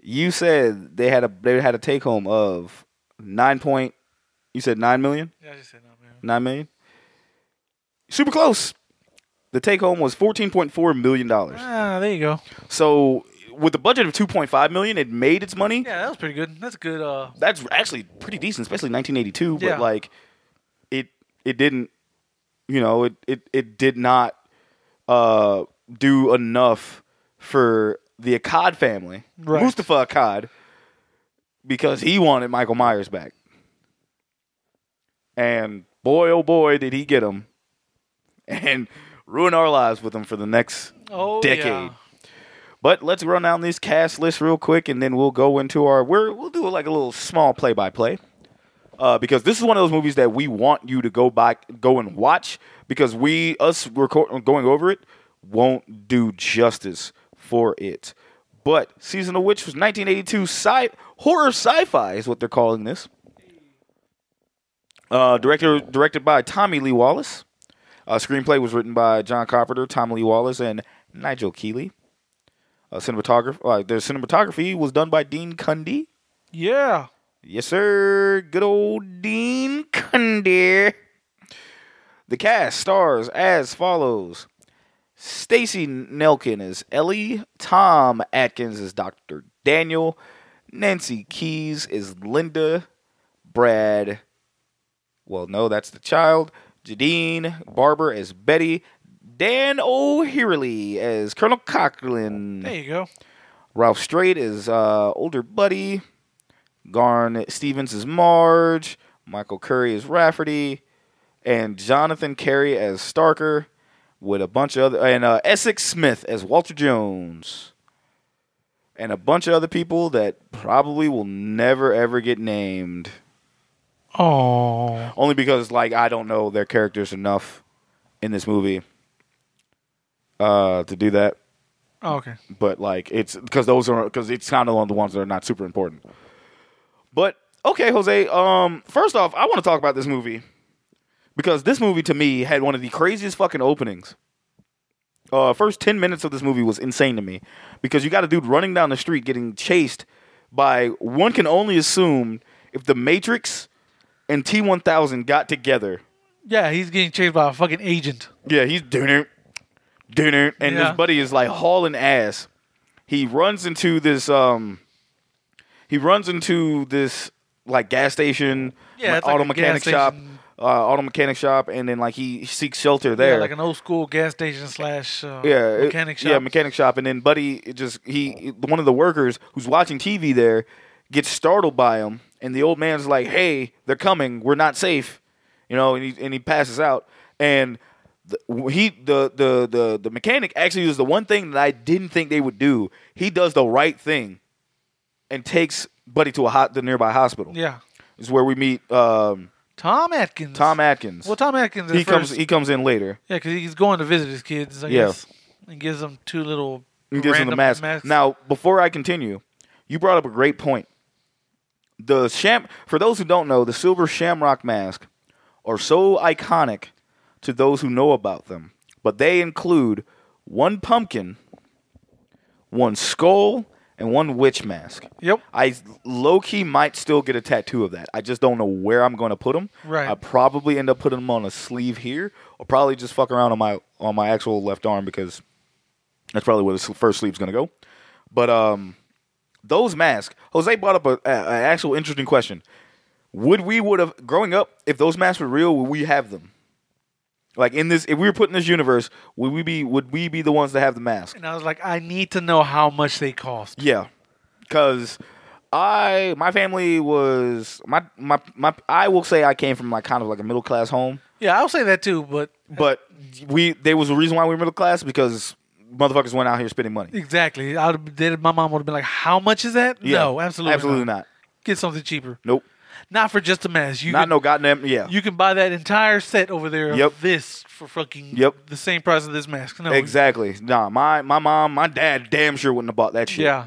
S3: you said they had a they had a take home of nine point. You said nine million.
S4: Yeah, I just said nine million.
S3: Nine million. Super close. The take home was fourteen point four million dollars.
S4: Ah, there you go.
S3: So with the budget of 2.5 million, it made its money.
S4: Yeah, that was pretty good. That's good. Uh,
S3: That's actually pretty decent, especially 1982.
S4: Yeah.
S3: But like, it it didn't, you know, it it it did not uh, do enough for the Akkad family,
S4: Right.
S3: Mustafa Akkad, because he wanted Michael Myers back, and boy oh boy did he get him, and ruin our lives with him for the next
S4: oh,
S3: decade.
S4: Yeah.
S3: But let's run down this cast list real quick, and then we'll go into our we're, we'll do like a little small play by play, because this is one of those movies that we want you to go back, go and watch, because we us record, going over it won't do justice for it. But Season of Witch was 1982 sci horror sci-fi is what they're calling this. Uh, director directed by Tommy Lee Wallace. Uh, screenplay was written by John Carpenter, Tommy Lee Wallace, and Nigel Keeley. Uh, cinematography. Uh, their cinematography was done by Dean Cundy.
S4: Yeah.
S3: Yes, sir. Good old Dean Cundy. The cast stars as follows: Stacy Nelkin as Ellie, Tom Atkins as Doctor Daniel, Nancy Keys is Linda, Brad. Well, no, that's the child. Jadine Barber as Betty, Dan O'Hurley as Colonel Cochran.
S4: There you go.
S3: Ralph Strait is uh, older buddy. Garn Stevens is Marge. Michael Curry is Rafferty, and Jonathan Carey as Starker, with a bunch of other and uh, Essex Smith as Walter Jones, and a bunch of other people that probably will never ever get named,
S4: Oh.
S3: only because like I don't know their characters enough in this movie uh, to do that
S4: Oh, Okay.
S3: but like it's because those are because it's kind of on the ones that are not super important. But okay, Jose. Um, first off, I want to talk about this movie because this movie to me had one of the craziest fucking openings. Uh, first ten minutes of this movie was insane to me because you got a dude running down the street getting chased by one can only assume if the Matrix and T one thousand got together.
S4: Yeah, he's getting chased by a fucking agent.
S3: Yeah, he's doing it, doing it, and
S4: Yeah.
S3: his buddy is like hauling ass. He runs into this um, he runs into this like gas station,
S4: Yeah,
S3: like,
S4: it's like
S3: auto
S4: a gas
S3: mechanic shop,
S4: station.
S3: uh, auto mechanic shop, and then like he seeks shelter there.
S4: Yeah, like an old school gas station slash uh,
S3: Yeah, it-
S4: mechanic shop.
S3: Yeah, mechanic shop, and then Buddy it just he one of the workers who's watching TV there gets startled by him, and the old man's like, "Hey, they're coming. We're not safe," you know, and he and he passes out, and the, he the, the the the mechanic actually does the one thing that I didn't think they would do. He does the right thing, and takes Buddy to a hot the nearby hospital.
S4: Yeah.
S3: is where we meet um,
S4: Tom Atkins.
S3: Tom Atkins.
S4: Well, Tom Atkins. At
S3: he comes
S4: first,
S3: he comes in later.
S4: yeah, because he's going to visit his kids. I
S3: Yeah.
S4: guess, and gives them two little.
S3: and gives him the
S4: random
S3: mask.
S4: masks.
S3: Now, before I continue, you brought up a great point. The sham for those who don't know, the silver shamrock mask are so iconic to those who know about them, but they include one pumpkin, one skull, and one witch mask.
S4: Yep.
S3: I low key might still get a tattoo of that. I just don't know where I'm going to put them.
S4: Right.
S3: I probably end up putting them on a sleeve here, or probably just fuck around on my on my actual left arm because that's probably where the s- first sleeve's going to go. But um, those masks. Jose brought up a, a, a actual interesting question. Would we would have growing up if those masks were real? Would we have them? Like in this, if we were put in this universe, would we be would we be the ones to have the mask?
S4: And I was like, I need to know how much they cost.
S3: Yeah, because I my family was my my my I will say I came from like kind of like a middle class home,
S4: Yeah, I'll say that too. But
S3: but we there was a reason why we were middle class because motherfuckers went out here spending money.
S4: exactly, I would did my mom would have been like, "How much is that?"
S3: Yeah,
S4: no, absolutely,
S3: absolutely not.
S4: Get something cheaper.
S3: Nope,
S4: Not for just a mask. You
S3: not
S4: can,
S3: no goddamn yeah.
S4: You can buy that entire set over there.
S3: Yep.
S4: Of this for fucking.
S3: Yep.
S4: The same price of this mask. No.
S3: Exactly. Nah, my my mom, my dad, damn sure wouldn't have bought that shit.
S4: Yeah.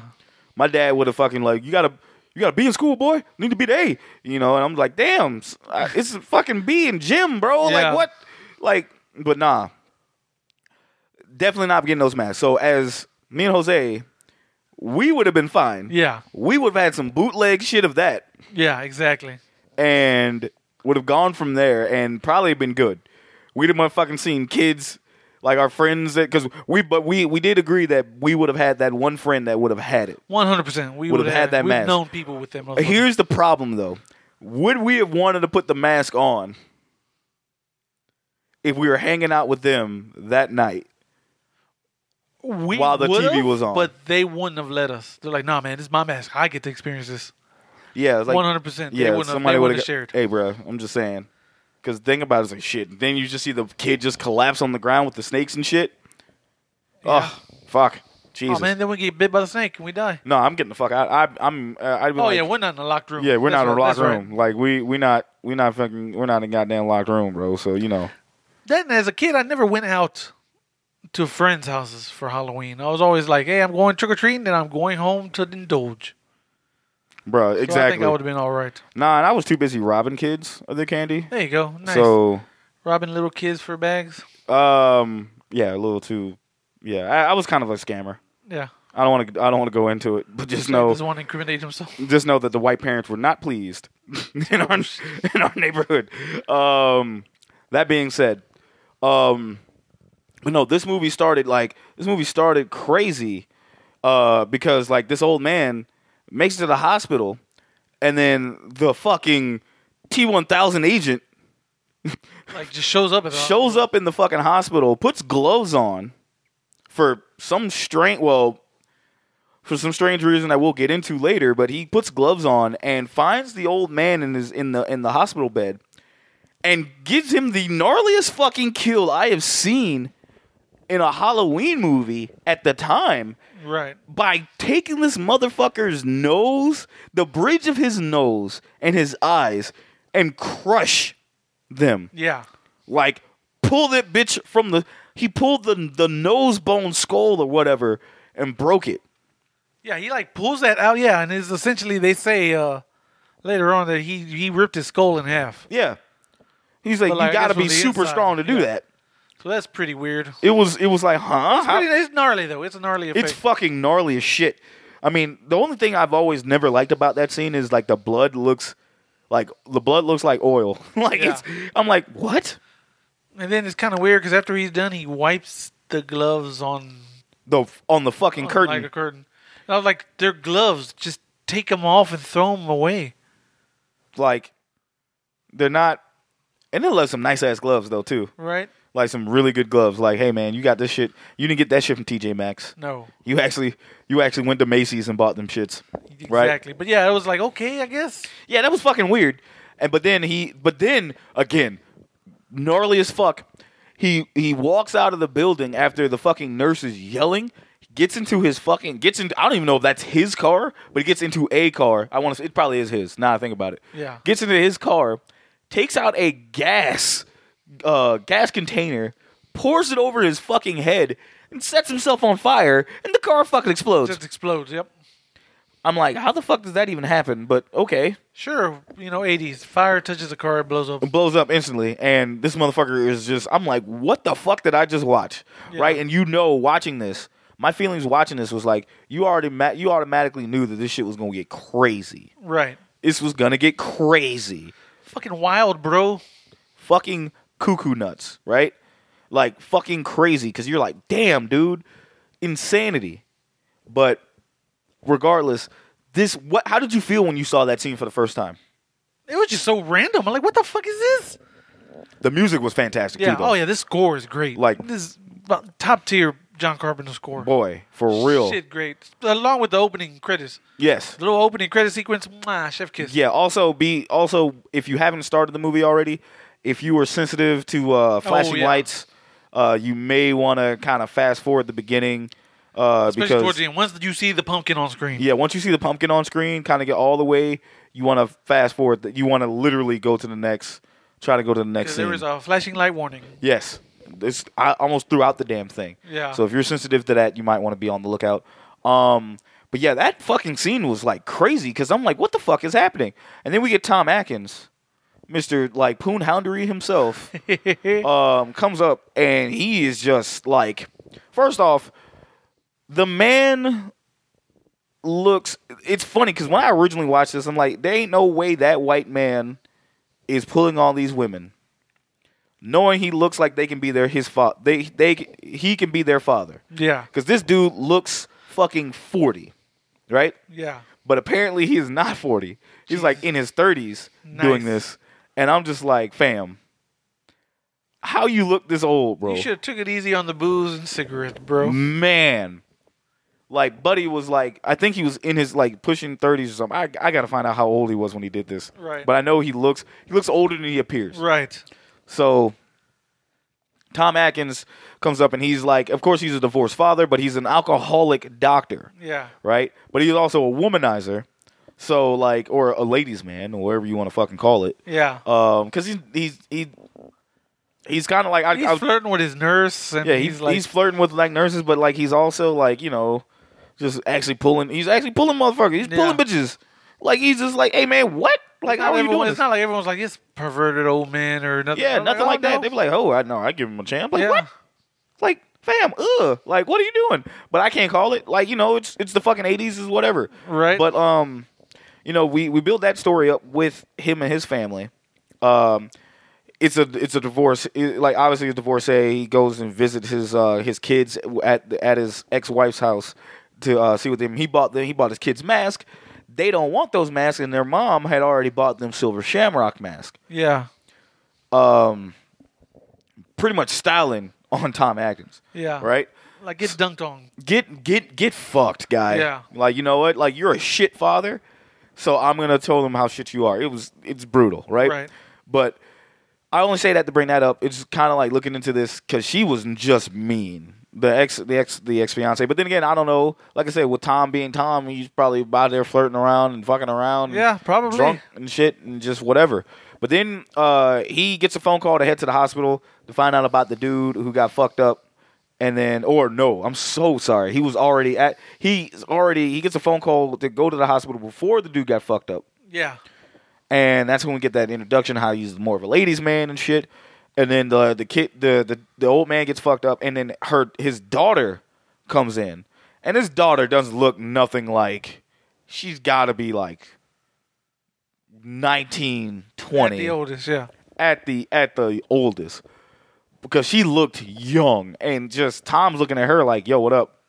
S3: my dad would have fucking like, you gotta, you gotta be in school, boy. Need to be the A, you know. And I'm like, damn, s- I- it's a fucking B in gym, bro.
S4: Yeah.
S3: Like what? Like, but nah, definitely not getting those masks. So as me and Jose, we would have been fine.
S4: Yeah.
S3: we would have had some bootleg shit of that,
S4: Yeah. Exactly.
S3: and would have gone from there, and probably been good. We'd have fucking seen kids Like our friends that because we but we we did agree that we would have had that one friend that would have had it.
S4: One hundred percent. We
S3: Would've
S4: would have
S3: had that
S4: We've
S3: mask.
S4: known people with them.
S3: Here's the problem though. Would we have wanted to put the mask on if we were hanging out with them that night?
S4: we
S3: while the TV
S4: would've,
S3: was on.
S4: but they wouldn't have let us. They're like, nah, man, this is my mask. I get to experience this.
S3: Yeah, it's like
S4: One hundred percent. They
S3: Yeah,
S4: wouldn't have.
S3: somebody
S4: They
S3: would
S4: wouldn't
S3: have
S4: have shared.
S3: Hey, bro, I'm just saying. Because the thing about it is like shit. Then you just see the kid just collapse on the ground with the snakes and shit. Oh, fuck, Jesus.
S4: Oh man, then we get bit by the snake and we die.
S3: No, I'm getting the fuck out. I, I'm. Uh, I'd be
S4: Oh
S3: like,
S4: yeah, we're not in a locked room.
S3: yeah, we're
S4: That's
S3: not in a
S4: right,
S3: locked
S4: that's right.
S3: room. Like we, we not, we not fucking, we're not in a goddamn locked room, bro. So you know,
S4: Then as a kid, I never went out to friends' houses for Halloween. I was always like, hey, I'm going trick or treating, and I'm going home to indulge.
S3: bro,
S4: So I think
S3: exactly.
S4: I would have been all right.
S3: nah, and I was too busy robbing kids of their candy.
S4: There you go. Nice.
S3: So,
S4: Robbing little kids for bags.
S3: um, yeah, a little too. Yeah, I, I was kind of a scammer.
S4: Yeah.
S3: I don't want to. I don't want to go into it, but just know
S4: Doesn't want to incriminate himself.
S3: just know that the white parents were not pleased in our in our neighborhood. Um, that being said, um, but no, this movie started like this movie started crazy uh, because like this old man makes it to the hospital, and then the fucking T one thousand agent
S4: Like just shows up at the
S3: shows up in the fucking hospital, puts gloves on for some strange well for some strange reason that we'll get into later, but he puts gloves on and finds the old man in his in the in the hospital bed and gives him the gnarliest fucking kill I have seen in a Halloween movie at the time
S4: right.
S3: by taking this motherfucker's nose, the bridge of his nose and his eyes and crush them
S4: Yeah.
S3: like pull that bitch from the he pulled the the nose bone skull or whatever and broke it
S4: Yeah, he like pulls that out. Yeah, and it's essentially they say uh later on that he he ripped his skull in half.
S3: yeah he's like,
S4: But, like,
S3: you
S4: I
S3: gotta
S4: guess from
S3: be
S4: the
S3: super
S4: inside,
S3: strong to do
S4: yeah.
S3: that
S4: So that's pretty weird.
S3: it was it was like huh How-
S4: Pretty- it's gnarly though. It's a gnarly effect.
S3: it's fucking gnarly as shit i mean the only thing i've always never liked about that scene is like the blood looks like the blood looks like oil like
S4: Yeah.
S3: it's i'm like what
S4: and then it's kind of weird because after he's done, he wipes the gloves on,
S3: the on the fucking
S4: on
S3: curtain
S4: Oh, like a curtain. And I was like, they're gloves. Just take them off and throw them away.
S3: like they're not and it left some nice ass gloves though too
S4: Right?
S3: like some really good gloves. Like, hey man, you got this shit. You didn't get that shit from TJ Maxx.
S4: No.
S3: You actually, you actually went to Macy's and bought them shits. Right.
S4: Exactly. But yeah, it was like okay, I guess.
S3: Yeah, that was fucking weird. And but then he, but then again, gnarly as fuck. He he walks out of the building after the fucking nurse is yelling. Gets into his fucking gets in. I don't even know if that's his car, but he gets into a car. I want to. It probably is his. Now that I think about it.
S4: Yeah.
S3: Gets into his car, takes out a gas, uh, gas container, pours it over his fucking head, and sets himself on fire, and the car fucking explodes.
S4: Just explodes. Yep.
S3: I'm like, how the fuck does that even happen? But okay.
S4: Sure. You know, 80s. Fire touches the car, it blows up.
S3: It blows up instantly, and this motherfucker is just. I'm like, what the fuck did I just watch? Right? And you know, watching this, my feelings watching this was like, you already, ma- you automatically knew that this shit was gonna get crazy.
S4: Right.
S3: This was gonna get crazy.
S4: Fucking wild, bro.
S3: Fucking cuckoo nuts, right? Like fucking crazy, because you're like, damn, dude, insanity. But regardless, this what? How did you feel when you saw that scene for the first time?
S4: It was just so random. I'm like, what the fuck is this?
S3: The music was fantastic.
S4: Yeah.
S3: Too, though.
S4: Oh yeah, this score is great.
S3: Like-
S4: this is about top tier John Carpenter score.
S3: Boy, for real.
S4: Shit, great. Along with the opening credits,
S3: Yes.
S4: the little opening credit sequence. Mwah, chef kiss.
S3: Yeah. Also, be also if you haven't started the movie already, if you are sensitive to uh, flashing
S4: Oh, yeah.
S3: lights, uh, you may want to kind of fast forward the beginning uh,
S4: Especially
S3: because
S4: towards the end, once you see the pumpkin on screen.
S3: yeah, once you see the pumpkin on screen, kind of get all the way. You want to fast forward. The, you want to literally go to the next. Try to go to the next
S4: 'Cause
S3: scene.
S4: There was a flashing light warning.
S3: yes. It's I almost threw out the damn thing.
S4: Yeah.
S3: So if you're sensitive to that, you might want to be on the lookout. Um, but yeah, that fucking scene was like crazy because I'm like, what the fuck is happening? And then we get Tom Atkins, Mister like Poon Houndery himself, um, comes up and he is just like, first off, the man looks. It's funny because when I originally watched this, I'm like, there ain't no way that white man is pulling all these women. knowing he looks like they can be their his father. They they he can be their father
S4: Yeah.
S3: because this dude looks fucking forty, right?
S4: Yeah.
S3: But apparently he is not forty. He's like in his thirties
S4: Nice.
S3: doing this, and I'm just like, fam, how you look this old, bro?
S4: You should have took it easy on the booze and cigarettes, bro.
S3: Man. Like Buddy was like, I think he was in his like pushing thirties or something. I, I gotta find out how old he was when he did this.
S4: Right.
S3: But I know he looks he looks older than he appears.
S4: Right.
S3: So Tom Atkins comes up and he's like, of course he's a divorced father, but he's an alcoholic doctor,
S4: Yeah.
S3: right? But he's also a womanizer. So like, or a ladies' man, or whatever you want to fucking call it,
S4: Yeah.
S3: um, because he's he's he, he's kind of like I,
S4: he's
S3: I,
S4: flirting with his nurse, and
S3: yeah,
S4: he's,
S3: he's
S4: like,
S3: he's flirting with like nurses, but like he's also like you know, just actually pulling. He's actually pulling motherfuckers. He's
S4: Yeah.
S3: pulling bitches. Like he's just like, hey man, what? Like
S4: not
S3: how are you
S4: everyone-
S3: doing?
S4: It's
S3: This?
S4: not like everyone's like this perverted old man or nothing.
S3: yeah,
S4: I'm
S3: nothing
S4: oh,
S3: like that.
S4: no.
S3: They be like, oh, I know, I give him a chance. Like
S4: yeah.
S3: what? Like fam, ugh. Like what are you doing? But I can't call it. Like you know, it's it's the fucking eighties is whatever.
S4: Right.
S3: But um, you know, we we build that story up with him and his family. Um, it's a it's a divorce. It- like obviously, a divorcee. He goes and visits his uh his kids at the- at his ex wife's house to uh, see what them. He bought them. He bought his kids mask. They don't want those masks, and their mom had already bought them silver shamrock mask.
S4: Yeah.
S3: Pretty much styling on Tom Atkins,
S4: Yeah.
S3: right?
S4: Like get dunked on.
S3: get get get fucked, guy.
S4: Yeah.
S3: Like you know what? Like you're a shit father. So I'm gonna tell them how shit you are. It was it's brutal, right?
S4: Right.
S3: But I only say that to bring that up. It's kind of like looking into this because she was just mean. The ex, the ex, the ex fiance. But then again, I don't know. Like I said, with Tom being Tom, he's probably out there flirting around and fucking around. and
S4: Yeah, probably.
S3: drunk and shit and just whatever. But then uh, he gets a phone call to head to the hospital to find out about the dude who got fucked up. And then, or no, I'm so sorry. He was already at. He's already. He gets a phone call to go to the hospital before the dude got fucked up,
S4: Yeah.
S3: and that's when we get that introduction how he's more of a ladies' man and shit. And then the the kid, the the, the old man gets fucked up, and then her his daughter comes in, and his daughter doesn't look nothing like. She's got to be like 19, 20
S4: At the oldest. Yeah.
S3: at the at the oldest because she looked young and just Tom's looking at her like, "Yo, what up?"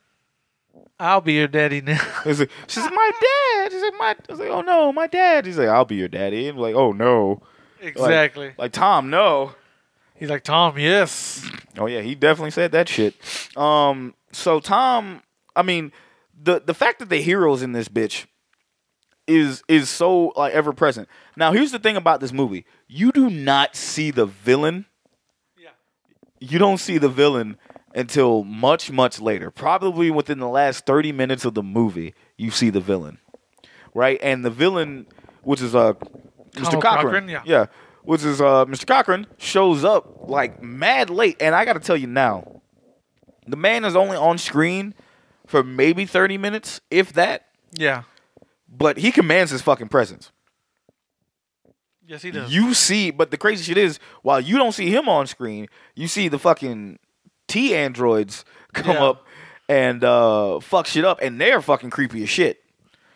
S4: I'll be your daddy now.
S3: He's like- She's like, "My dad." She's like, "My." I was like, "Oh no, my dad." He's like, "I'll be your daddy." I'm like, "Oh no." Like-
S4: exactly.
S3: Like, Tom, no.
S4: He's like Tom. Yes.
S3: Oh yeah, he definitely said that shit. Um, so Tom, I mean, the the fact that the heroes in this bitch is is so like ever present. Now here's the thing about this movie: you do not see the villain.
S4: Yeah.
S3: You don't see the villain until much much later, probably within the last thirty minutes of the movie. You see the villain, right? And the villain, which is uh, Mr.
S4: Connell
S3: Cochran,
S4: Cochran, yeah.
S3: yeah, which is uh, Mr. Cochran shows up like mad late, and I got to tell you now, the man is only on screen for maybe thirty minutes, if that
S4: Yeah.
S3: but he commands his fucking presence.
S4: Yes, he does.
S3: You see, but the crazy shit is, while you don't see him on screen, you see the fucking T androids come
S4: Yeah.
S3: up and uh, fuck shit up, and they're fucking creepy as shit.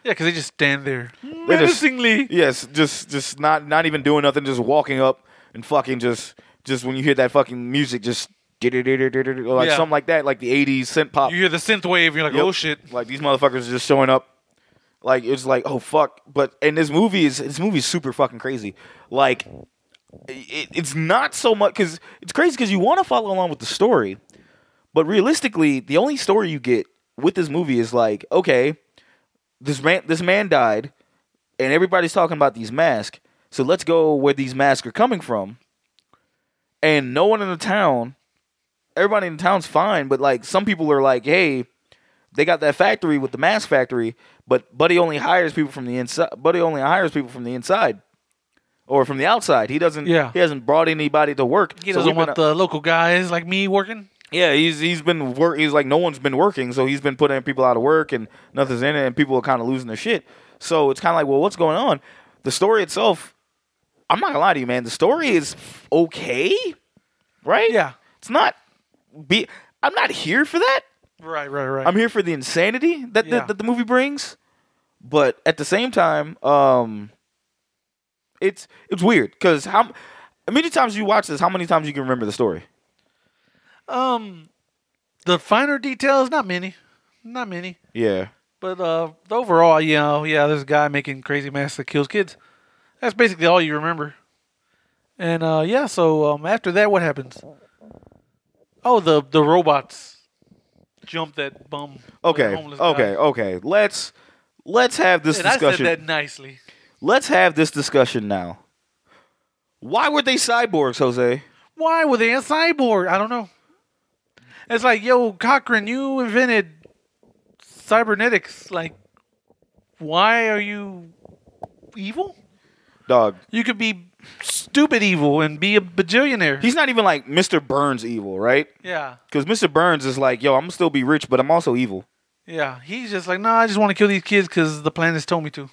S4: yeah, because they just stand there
S3: They just-
S4: menacingly.
S3: yes, just just not not even doing nothing, just walking up and fucking just just when you hear that fucking music, just di-di-di-di-di-di, or like
S4: Yeah.
S3: something like that, like the '80s synth pop.
S4: You hear the synth wave. You're like,
S3: Yep.
S4: oh shit.
S3: Like these motherfuckers are just showing up. Like it's like oh fuck. But and this movie is this movie is super fucking crazy. Like it, it's not so much because it's crazy because you want to follow along with the story, but realistically, the only story you get with this movie is like okay, this man this man died, and everybody's talking about these masks. So let's go where these masks are coming from. And no one in the town, everybody in the town's fine, but like some people are like, hey, they got that factory with the mask factory, but Buddy only hires people from the inside. Buddy only hires people from the inside or from the outside. He doesn't.
S4: Yeah.
S3: He hasn't brought anybody to work.
S4: He
S3: So
S4: doesn't
S3: we've been-
S4: want the local guys like me working.
S3: yeah, he's he's been work. He's like no one's been working, so he's been putting people out of work, and nothing's in it, and people are kind of losing their shit. So it's kind of like, well, what's going on? The story itself, I'm not gonna lie to you, man. The story is okay, right?
S4: Yeah.
S3: it's not. Be I'm not here for that.
S4: Right. Right. Right.
S3: I'm here for the insanity that
S4: Yeah.
S3: the, that the movie brings, but at the same time, um, it's it's weird because how many times you watch this, how many times you can remember the story?
S4: Um, the finer details, not many, not many.
S3: Yeah.
S4: But uh, overall, you know, yeah, there's a guy making crazy masks that kills kids. That's basically all you remember. And uh, yeah, so um, after that, what happens? Oh, the the robots jump that bum.
S3: Okay.
S4: homeless guy.
S3: Okay. Okay. Let's let's have this
S4: And I
S3: discussion.
S4: said that nicely.
S3: Let's have this discussion now. Why were they cyborgs, Jose?
S4: Why were they a cyborg? I don't know. It's like, yo, Cochran, you invented cybernetics. Like, why are you evil?
S3: Dog.
S4: You could be stupid evil and be a bajillionaire.
S3: He's not even like Mr. Burns evil, right?
S4: yeah,
S3: Because Mr. Burns is like, yo, I'm gonna still be rich, but I'm also evil.
S4: yeah. He's just like, nah, I just want to kill these kids because the planet's told me to.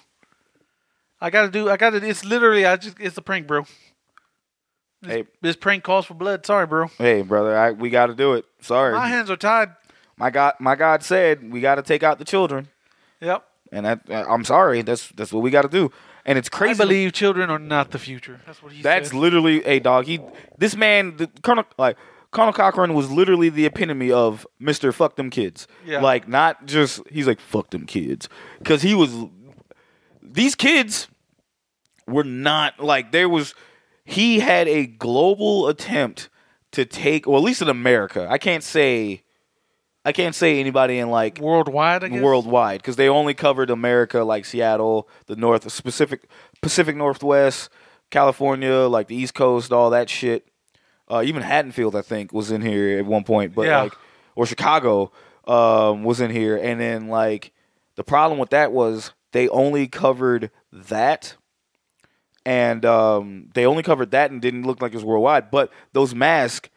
S4: I gotta do. I gotta. It's literally. I just. It's a prank, bro.
S3: Hey,
S4: This prank calls for blood. Sorry, bro.
S3: hey, brother, I, we got to do it. Sorry,
S4: My hands are tied.
S3: my God, my God said we got to take out the children,
S4: Yep.
S3: and I, I'm sorry. That's that's what we got to do. And it's
S4: I
S3: crazy.
S4: believe children are not the future. That's what he
S3: That's
S4: said.
S3: literally a dog. He, this man, the, Colonel, like Colonel Cochran was literally the epitome of Mister Fuck them kids.
S4: Yeah.
S3: Like not just he's like fuck them kids because he was these kids were not like there was he had a global attempt to take well at least in America I can't say I can't say anybody in like
S4: worldwide. I guess.
S3: worldwide because they only covered America, like Seattle, the North, Pacific, Pacific Northwest, California, like the East Coast, all that shit. Uh, even Haddonfield, I think, was in here at one point, but
S4: Yeah.
S3: like, or Chicago um, was in here, and then like the problem with that was they only covered that. And um, they only covered that and didn't look like it was worldwide. But those masks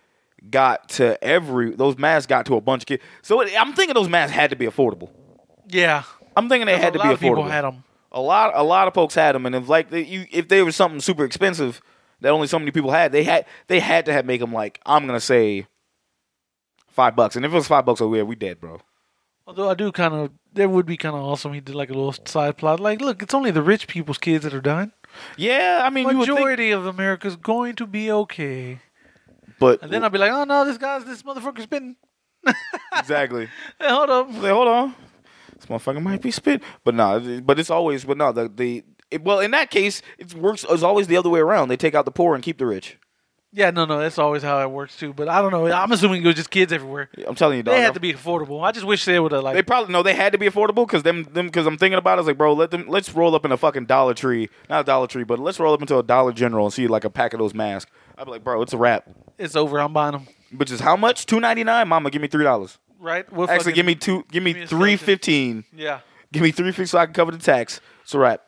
S3: got to every those masks got to a bunch of kids. So it, I'm thinking those masks had to be affordable.
S4: Yeah.
S3: I'm thinking they had to
S4: a lot
S3: be
S4: of people
S3: affordable.
S4: had them.
S3: a lot, a lot of folks had them, and if like they, you, if they were something super expensive that only so many people had, they had they had to have make them like I'm gonna say five bucks, and if it was five bucks over here, we dead, bro.
S4: Although I do kind of, that would be kind of awesome. He did like a little side plot. Like, look, it's only the rich people's kids that are dying.
S3: Yeah, I mean, you would think,
S4: Majority of America's going to be okay.
S3: but
S4: And then I'll be like, oh no, this guy's, this motherfucker's been.
S3: exactly.
S4: Hey, hold up.
S3: Like, hold on, this motherfucker might be spit, but no, but it's always, but no, the the it, well, in that case, it works. It's always the other way around. They take out the poor and keep the rich.
S4: Yeah, no, no, that's always how it works too. But I don't know. I'm assuming it was just kids everywhere.
S3: I'm telling you, dog.
S4: They had to be affordable. I just wish they would have
S3: They
S4: like.
S3: probably no. They had to be affordable because them them because I'm thinking about. it, I was like, bro, let them. Let's roll up in a fucking Dollar Tree, not a Dollar Tree, but let's roll up into a Dollar General and see like a pack of those masks. I'd be like, bro, it's a wrap.
S4: It's over. I'm buying them.
S3: Which is how much? Two ninety nine. Mama, give me three dollars.
S4: Right? We'll
S3: Actually,
S4: fucking-
S3: give me two. Give me
S4: give me a
S3: three
S4: selection.
S3: fifteen.
S4: Yeah.
S3: Give me three fifteen so I can cover the tax. It's a wrap.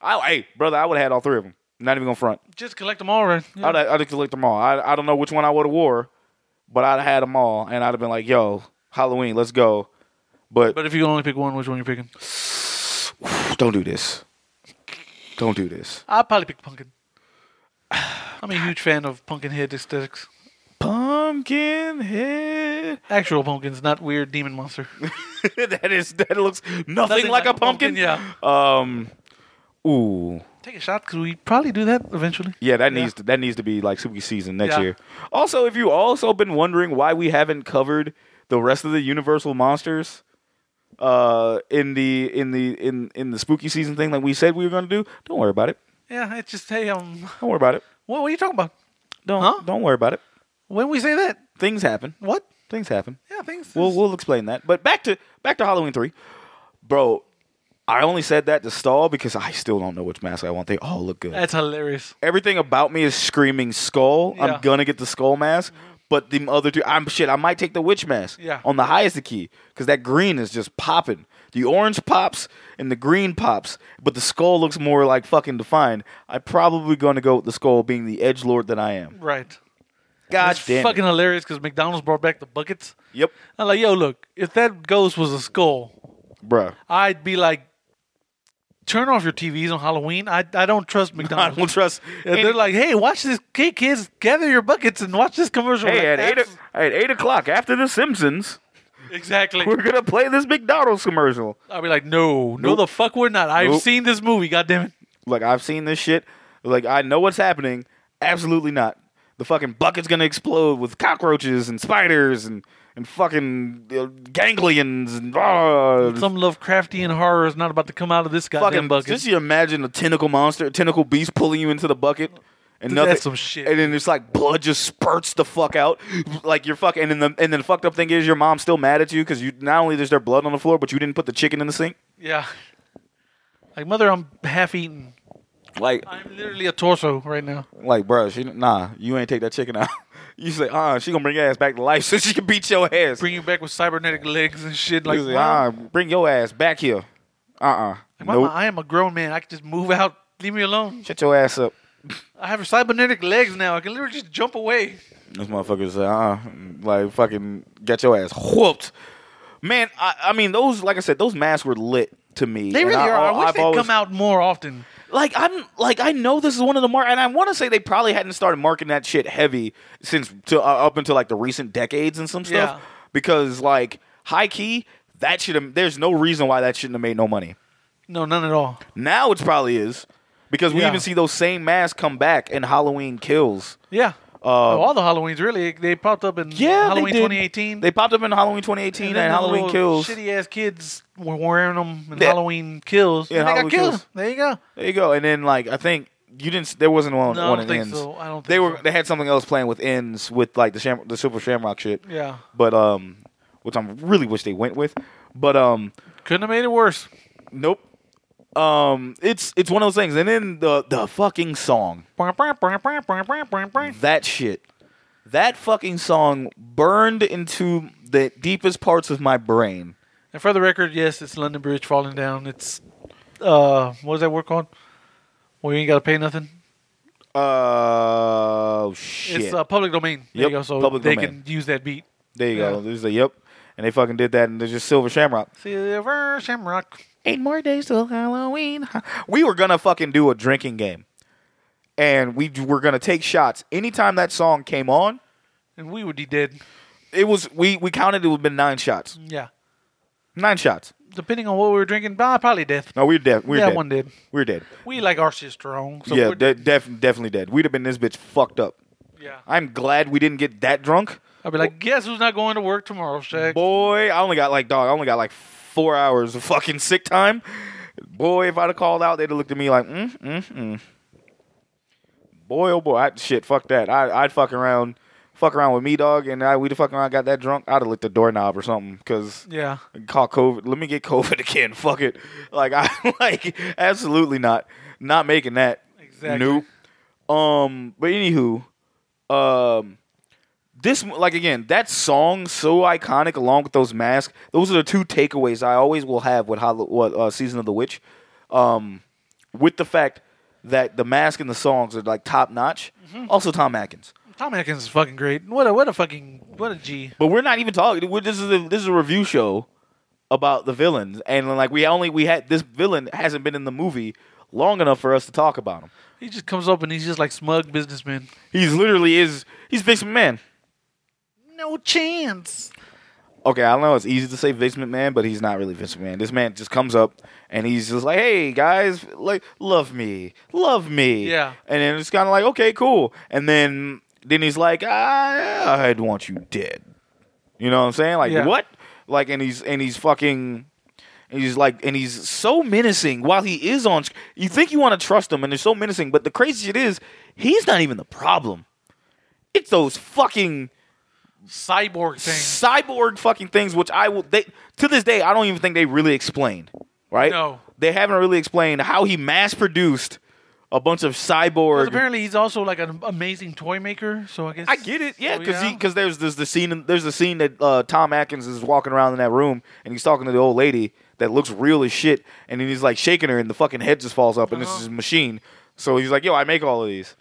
S3: I hey brother, I would have had all three of them. Not even gonna front.
S4: Just collect them all, right? Yeah.
S3: I'd I'd have collected them all. I I don't know which one I would have wore, but I'd have had them all, and I'd have been like, yo, Halloween, let's go. But
S4: But if you can only pick one, which one you picking?
S3: don't do this. Don't do this.
S4: I'd probably pick pumpkin. I'm a huge fan of pumpkin head aesthetics.
S3: Pumpkin head.
S4: Actual pumpkins, not weird demon monster.
S3: that is that looks nothing, like, a pumpkin.
S4: yeah.
S3: Um. Ooh.
S4: Take a shot because we probably do that eventually.
S3: Yeah, that
S4: Yeah.
S3: needs to, that needs to be like spooky season next
S4: Yeah.
S3: year. Also, if you also been wondering why we haven't covered the rest of the Universal monsters uh in the in the in in the spooky season thing like we said we were going to do, don't worry about it.
S4: Yeah, it's just hey, um,
S3: Don't worry about it.
S4: what were you talking about?
S3: Don't
S4: Huh?
S3: don't worry about it.
S4: When we say that,
S3: Things happen.
S4: what?
S3: Things happen.
S4: Yeah, things.
S3: We'll we'll explain that. But back to back to Halloween three, bro. I only said that to stall because I still don't know which mask I want. They all look good.
S4: That's hilarious.
S3: Everything about me is screaming skull.
S4: Yeah.
S3: I'm gonna get the skull mask. But the other two, I'm shit. I might take the witch mask
S4: Yeah.
S3: on the highest of key because that green is just popping. The orange pops and the green pops, but the skull looks more like fucking defined. I'm probably gonna go with the skull being the edge lord that I am.
S4: Right.
S3: God
S4: That's
S3: damn. it.
S4: fucking hilarious because McDonald's brought back the buckets.
S3: Yep,
S4: I'm like, yo, look, if that ghost was a skull,
S3: bruh.
S4: I'd be like, turn off your TVs on Halloween. I I don't trust
S3: I
S4: McDonald's.
S3: don't trust.
S4: And
S3: any-
S4: they're like, "Hey, watch this! Hey, kids, gather your buckets and watch this commercial."
S3: Hey,
S4: Like,
S3: at eight,
S4: that's-
S3: o- at eight o'clock after The Simpsons,
S4: exactly.
S3: we're gonna play this McDonald's commercial.
S4: I'll be like, "No, no,
S3: Nope.
S4: the fuck, we're not. I've
S3: Nope.
S4: seen this movie. God damn it!
S3: Like I've seen this shit. Like I know what's happening, Absolutely not. The fucking bucket's gonna explode with cockroaches and spiders and and fucking uh, ganglions and ah,
S4: Some Lovecraftian horror is not about to come out of this goddamn
S3: fucking
S4: bucket.
S3: Just you imagine a tentacle monster, a tentacle beast pulling you into the bucket. And
S4: Dude,
S3: nothing,
S4: that's some shit.
S3: And then it's like blood just spurts the fuck out, like you're fucking. And then the and then the fucked up thing is your mom's still mad at you because you not only there's there blood on the floor, but you didn't put the chicken in the sink.
S4: yeah. Like mother, I'm half eaten.
S3: Like
S4: I'm literally a torso right now.
S3: like bruh, she nah, you ain't take that chicken out. you say ah, she gonna bring your ass back to life so she can beat your ass.
S4: Bring you back with cybernetic legs and shit. Like,
S3: You say,
S4: wow.
S3: ah, bring your ass back here. Uh uh
S4: Like, Mama,
S3: nope.
S4: I am a grown man. I can just move out. Leave me alone.
S3: Shut your ass up.
S4: I have cybernetic legs now. I can literally just jump away.
S3: This motherfucker said, uh, like fucking got your ass whooped. Man, I, I mean those, like I said, those masks were lit to me.
S4: They
S3: And
S4: really
S3: I,
S4: are. I wish
S3: I've
S4: they'd
S3: always-
S4: come out more often.
S3: Like I'm, like I know this is one of the mark, and I want to say they probably hadn't started marking that shit heavy since to uh, up until like the recent decades and some stuff.
S4: Yeah.
S3: Because like high key, that should have. There's no reason why that shouldn't have made no money.
S4: No, none at all.
S3: Now it probably is because we
S4: Yeah.
S3: even see those same masks come back in Halloween Kills.
S4: Yeah.
S3: Uh,
S4: Oh, all the Halloweens really they popped up in
S3: Yeah,
S4: Halloween
S3: they did.
S4: 2018.
S3: They popped up in Halloween 2018 and,
S4: then the
S3: Halloween
S4: little
S3: Kills.
S4: Shitty ass kids were wearing them in
S3: Yeah.
S4: Halloween kills.
S3: Yeah,
S4: and they
S3: Halloween
S4: got killed.
S3: Kills.
S4: There you go.
S3: There you go. And then like I think you didn't. There wasn't one.
S4: No, I
S3: one
S4: don't
S3: in
S4: think
S3: ends.
S4: so. I don't
S3: They
S4: think
S3: were.
S4: so.
S3: They had something else playing with ends with like the sham, the Silver Shamrock shit.
S4: Yeah,
S3: But um, which I really wish they went with. But um,
S4: couldn't have made it worse.
S3: nope. Um, it's it's one of those things. And then the the fucking song. That shit. That fucking song burned into the deepest parts of my brain.
S4: And for the record, yes, it's London Bridge falling down. It's uh, what is that word called? Well, you ain't gotta pay nothing.
S3: Oh shit!
S4: It's uh, public domain. There
S3: Yep,
S4: you go. So
S3: public
S4: they
S3: domain.
S4: can use that beat.
S3: there you
S4: yeah.
S3: go. There's a yep. And they fucking did that, and there's just Silver Shamrock.
S4: Silver Shamrock.
S3: Eight more days till Halloween. We were gonna fucking do a drinking game, and we d- were gonna take shots anytime that song came on.
S4: And we would be dead.
S3: It was we we counted it would have been nine shots.
S4: Yeah.
S3: Nine shots.
S4: Depending on what we were drinking, bah, probably death.
S3: No, we we're dead. We We're
S4: yeah,
S3: dead.
S4: one did.
S3: We We're dead.
S4: We like our shit strong. So
S3: yeah,
S4: we're-
S3: de- def- definitely dead. We'd have been this bitch fucked up.
S4: yeah.
S3: I'm glad we didn't get that drunk.
S4: I'll be like, guess who's not going to work tomorrow, Shaq?
S3: Boy, I only got like dog. I only got like four hours of fucking sick time. Boy, if I'd have called out, they'd have looked at me like, mm, mm, mm. Boy, oh boy, I, shit, fuck that. I, I'd fuck around, fuck around with me, dog, and I, we'd have fucking around, got that drunk. I'd have licked the doorknob or something, cause
S4: Yeah.
S3: caught COVID. Let me get COVID again. Fuck it. Like I like absolutely not. Not making that.
S4: Exactly.
S3: Nope. Um. But anywho, um, this like again that song so iconic along with those masks. Those are the two takeaways I always will have with Hollow, what uh, season of the witch. Um, with the fact that the mask and the songs are like top notch. Also Tom Atkins.
S4: Tom Atkins is fucking great. What a what a fucking what a G.
S3: But we're not even talking. We're, this is a, this is a review show about the villains, and like we only we had this villain hasn't been in the movie long enough for us to talk about him.
S4: He just comes up and he's just like smug businessman.
S3: He's literally is he's Vince McMahon.
S4: No chance.
S3: Okay, I know it's easy to say Vince McMahon, but he's not really Vince McMahon. This man just comes up and he's just like, "Hey guys, like love me, love me."
S4: Yeah.
S3: and then it's kind of like, "Okay, cool." And then then he's like, "I I'd want you dead." You know what I'm saying? Like
S4: Yeah.
S3: what? Like and he's and he's fucking and he's like and he's so menacing while he is on. sc- You think you want to trust him, and they're so menacing. But the crazy shit is, he's not even the problem. It's those fucking
S4: Cyborg thing.
S3: cyborg fucking things, which I will. They to this day, I don't even think they really explained. Right?
S4: No.
S3: they haven't really explained how he mass produced a bunch of cyborg.
S4: Apparently he's also like an amazing toy maker, so I guess
S3: I get it, yeah,
S4: So,
S3: because because there's there's the scene in- there's the scene that uh, Tom Atkins is walking around in that room and he's talking to the old lady that looks real as shit, and then he's like shaking her, and the fucking head just falls up, and this
S4: Uh-huh.
S3: is his machine. So he's like, "Yo, I make all of these,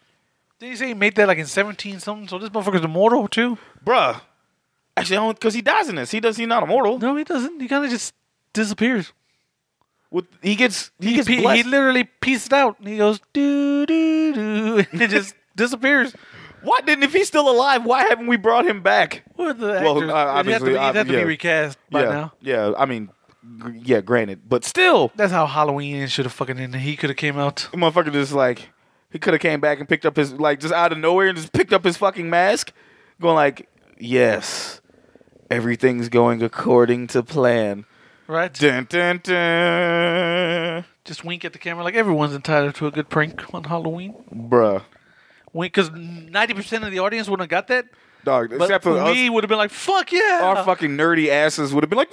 S4: Did he say he made that like in seventeen something? So this motherfucker's immortal too?
S3: bruh." Actually, because he dies in this, he does. He's not immortal.
S4: No, he doesn't. He kinda just disappears.
S3: With, he gets he
S4: He,
S3: gets
S4: pe- he
S3: blessed.
S4: literally pieces out and he goes doo doo doo and it just disappears.
S3: Why didn't if he's still alive? Why haven't we brought him back?
S4: What the
S3: Well, uh,
S4: actors- it'd have to,
S3: obviously,
S4: be, it'd have to
S3: yeah.
S4: be recast by
S3: yeah,
S4: now.
S3: yeah. I mean, gr- yeah. Granted, but still,
S4: That's how Halloween should have fucking ended. He could have came out.
S3: the motherfucker just like He could have came back and picked up his like just out of nowhere and just picked up his fucking mask, going like, "Yes, everything's going according to plan."
S4: right?
S3: Dun, dun, dun.
S4: Just wink at the camera like everyone's entitled to a good prank on Halloween.
S3: Bruh.
S4: Wink, because ninety percent of the audience wouldn't have got that.
S3: Dog,
S4: But
S3: except for us,
S4: we would have been like, "Fuck yeah!"
S3: our fucking nerdy asses would have been like,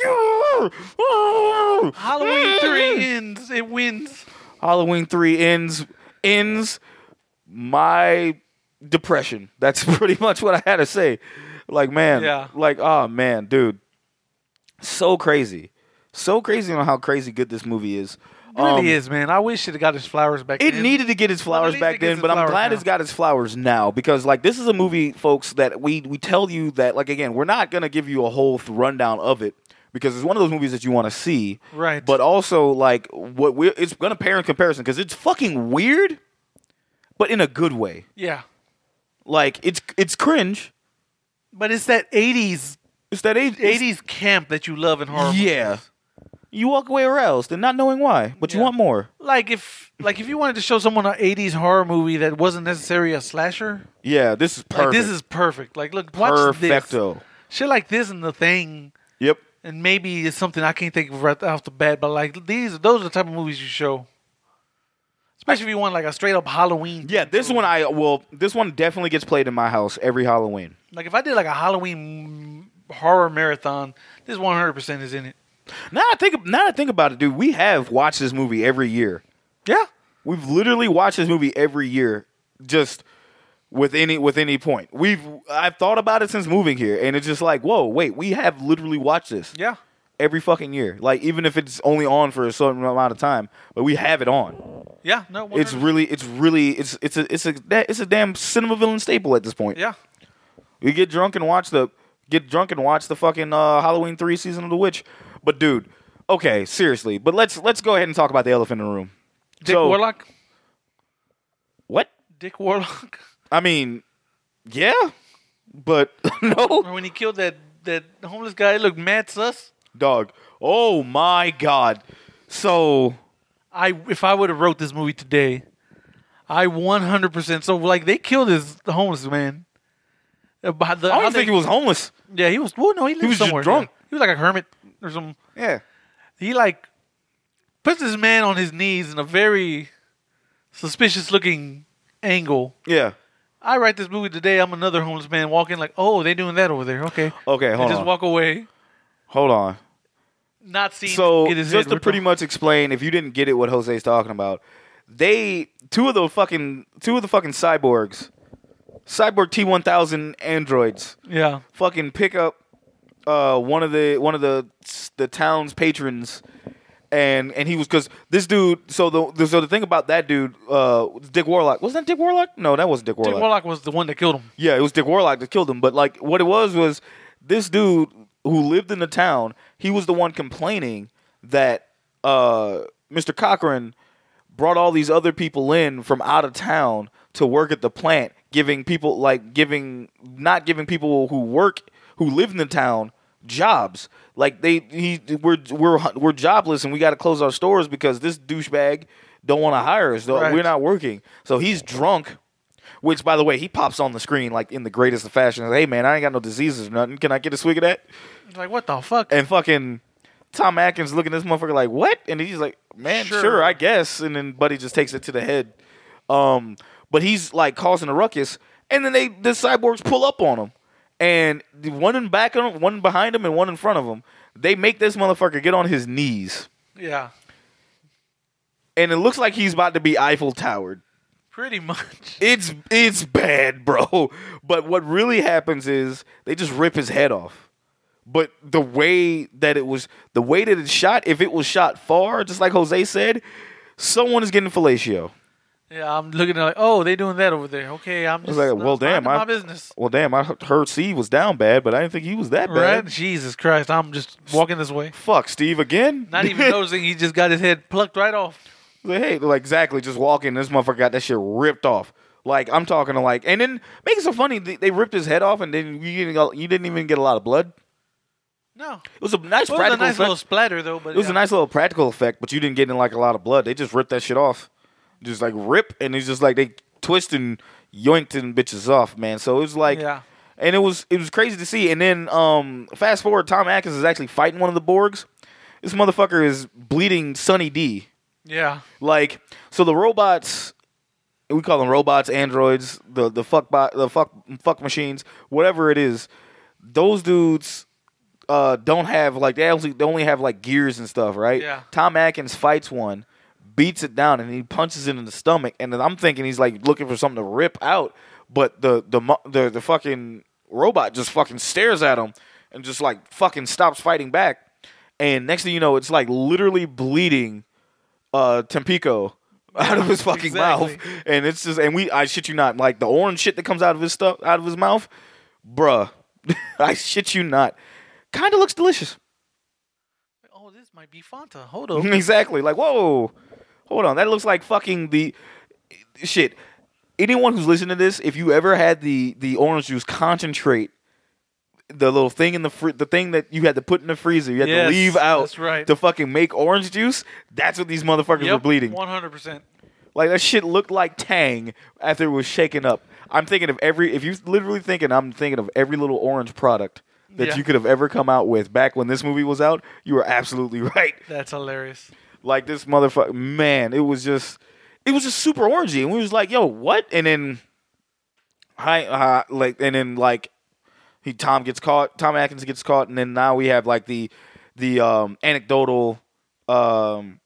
S3: "Yeah."
S4: Halloween three ends. It wins.
S3: Halloween three ends ends my depression. That's pretty much what I had to say. Like man,
S4: Yeah.
S3: like oh man, dude, so crazy, so crazy on how crazy good this movie is.
S4: It really
S3: Um,
S4: is, man. I wish it got his flowers back.
S3: It
S4: then.
S3: needed to get its flowers
S4: least it
S3: back
S4: gets
S3: then,
S4: its
S3: but I'm
S4: flowers
S3: glad
S4: now.
S3: it's got its flowers now because like this is a movie, folks, that we we tell you that like again, we're not gonna give you a whole th- rundown of it because it's one of those movies that you want to see,
S4: Right.
S3: But also like what we are it's gonna pair in comparison because it's fucking weird, but in a good way.
S4: Yeah,
S3: Like it's it's cringe.
S4: but it's that '80s
S3: It's that age, it's-
S4: '80s camp that you love in horror.
S3: Yeah,
S4: movies.
S3: you walk away aroused and not knowing why, but you
S4: Yeah.
S3: want more.
S4: Like if like if you wanted to show someone an '80s horror movie that wasn't necessarily a slasher,
S3: Yeah, this is perfect.
S4: like this is perfect. Like look, watch this.
S3: perfecto.
S4: Shit like this and the thing.
S3: Yep.
S4: And maybe it's something I can't think of right off the bat, but like these, those are the type of movies you show. Especially if you want like a straight up Halloween.
S3: Yeah, this one I will. This one definitely gets played in my house every Halloween.
S4: Like if I did like a Halloween horror marathon, this 100% is in it.
S3: Now I think now I think about it, dude. We have watched this movie every year.
S4: Yeah.
S3: We've literally watched this movie every year, just with any with any point. We've I've thought about it since moving here, and it's just like, whoa, wait, we have literally watched this
S4: Yeah.
S3: every fucking year. Like even if it's only on for a certain amount of time, but we have it on.
S4: Yeah. No,
S3: It's
S4: 100%.
S3: really, it's really, it's it's a it's a it's a damn cinema villain staple at this point.
S4: Yeah.
S3: You get drunk and watch the get drunk and watch the fucking uh, Halloween three season of the witch. But dude, okay, seriously. But let's let's go ahead and talk about the elephant in the room.
S4: Dick
S3: So-
S4: Warlock.
S3: What?
S4: Dick Warlock.
S3: I mean, yeah, but no,
S4: Or when he killed that that homeless guy, it looked mad sus.
S3: dog. Oh my god. So
S4: I if I would have wrote this movie today, I 100% so like they killed his the homeless man. Uh, by the-
S3: I
S4: how
S3: don't
S4: they-
S3: think he was homeless.
S4: Yeah, he was. Well, no, he lived
S3: was just
S4: somewhere.
S3: drunk.
S4: yeah. He was like a hermit or something.
S3: Yeah,
S4: He like puts this man on his knees in a very suspicious looking angle.
S3: yeah.
S4: I write this movie today. I'm another homeless man walking like, oh, they doing that over there. Okay,
S3: Okay,
S4: and
S3: hold
S4: just
S3: on.
S4: walk away,
S3: Hold on.
S4: not seeing.
S3: So
S4: get his
S3: just
S4: head
S3: to
S4: ripped
S3: pretty
S4: off.
S3: much explain, if you didn't get it, what Jose's talking about, they two of the fucking two of the fucking cyborgs, cyborg T one thousand androids,
S4: yeah,
S3: fucking pick up uh, one of the one of the the town's patrons, and and he was because this dude. So the, the so the thing about that dude, uh, Dick Warlock wasn't that Dick Warlock? No, that wasn't Dick Warlock.
S4: Dick Warlock was the one that killed him.
S3: Yeah, it was Dick Warlock that killed him. But like, what it was was this dude who lived in the town. He was the one complaining that uh, Mr. Cochran brought all these other people in from out of town to work at the plant, giving people like giving not giving people who work who live in the town jobs. Like they he we're we're we're jobless and we got to close our stores because this douchebag don't want to hire us. though
S4: Right.
S3: We're not working. So he's drunk which, by the way, he pops on the screen like in the greatest of fashion. Hey, man, I ain't got no diseases or nothing. Can I get a swig of that?
S4: He's like, what the fuck?
S3: And fucking Tom Atkins looking at this motherfucker like, what? And he's like, man, sure.
S4: Sure.
S3: I guess. And then Buddy just takes it to the head. Um, but he's like causing a ruckus. And then they the cyborgs pull up on him. And the one in back of him, one behind him, and one in front of him. They make this motherfucker get on his knees.
S4: yeah,
S3: And it looks like he's about to be Eiffel Towered.
S4: pretty much.
S3: It's it's bad, bro. But what really happens is they just rip his head off. But the way that it was, the way that it's shot, if it was shot far, just like Jose said, someone is getting fellatio.
S4: Yeah, I'm looking at like, oh, they doing that over there. Okay, I'm
S3: was
S4: just
S3: like, well,
S4: I'm
S3: damn,
S4: minding
S3: I-
S4: my business.
S3: Well, damn, I heard Steve was down bad, but I didn't think he was that
S4: Right?
S3: bad.
S4: Jesus Christ, I'm just walking this way.
S3: Fuck, Steve again?
S4: Not even noticing he just got his head plucked right off.
S3: Like, hey, like exactly, just walking. This motherfucker got that shit ripped off. Like I'm talking to like, and then make it so funny. They, they ripped his head off, and then you didn't go- you didn't even get a lot of blood.
S4: No.
S3: It was a nice
S4: Well, it was
S3: practical
S4: a nice
S3: effect.
S4: little splatter though, but
S3: It was
S4: yeah.
S3: a nice little practical effect, but you didn't get in like a lot of blood. They just ripped that shit off, just like rip, and it's just like they twisting, yoinked bitches off, man. So it was like,
S4: Yeah.
S3: and it was it was crazy to see. And then um, fast forward, Tom Atkins is actually fighting one of the Borgs. This motherfucker is bleeding Sonny D.
S4: Yeah.
S3: Like, so the robots, we call them robots, androids, the the fuck bot, the fuck fuck machines, whatever it is. Those dudes uh, don't have like they only they only have like gears and stuff, right?
S4: Yeah.
S3: Tom Atkins fights one, beats it down, and he punches it in the stomach. And then I'm thinking he's like looking for something to rip out, but the the mo- the the fucking robot just fucking stares at him and just like fucking stops fighting back. And next thing you know, it's like literally bleeding uh Tempico out of his fucking
S4: Exactly.
S3: mouth. And it's just and we I shit you not, like the orange shit that comes out of his stuff out of his mouth, bruh. I shit you not. Kinda looks delicious.
S4: Oh, this might be Fanta. Hold up.
S3: exactly. Like, whoa. Hold on. That looks like fucking the shit. Anyone who's listening to this, if you ever had the the orange juice concentrate the little thing in the fr- the thing that you had to put in the freezer, you had
S4: Yes,
S3: to leave out
S4: that's right.
S3: to fucking make orange juice. That's what these motherfuckers were bleeding.
S4: One hundred percent.
S3: Like that shit looked like Tang after it was shaken up. I'm thinking of every. If you're literally thinking, I'm thinking of every little orange product that
S4: Yeah.
S3: you could have ever come out with back when this movie was out. You were absolutely right.
S4: That's hilarious.
S3: Like this motherfucker, man. It was just, it was just super orangey, and we was like, yo, what? And then, hi, uh, like, and then like, he Tom gets caught. Tom Atkins gets caught, and then now we have like the, the um anecdotal, um,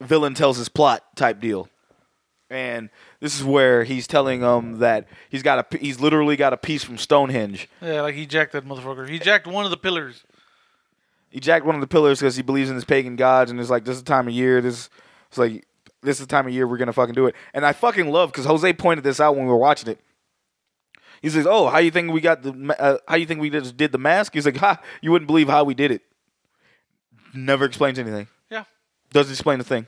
S3: villain tells his plot type deal and this is where he's telling them that he's got a p- he's literally got a piece from Stonehenge.
S4: Yeah, like he jacked that motherfucker. He jacked one of the pillars.
S3: He jacked one of the pillars because he believes in his pagan gods, and it's like this is the time of year. This it's like this is the time of year we're gonna fucking do it. And I fucking love because Jose pointed this out when we were watching it. He says, "Oh, how you think we got the ma- uh, how you think we just did the mask?" He's like, "Ha, you wouldn't believe how we did it." Never explains anything.
S4: Yeah.
S3: Doesn't explain a thing.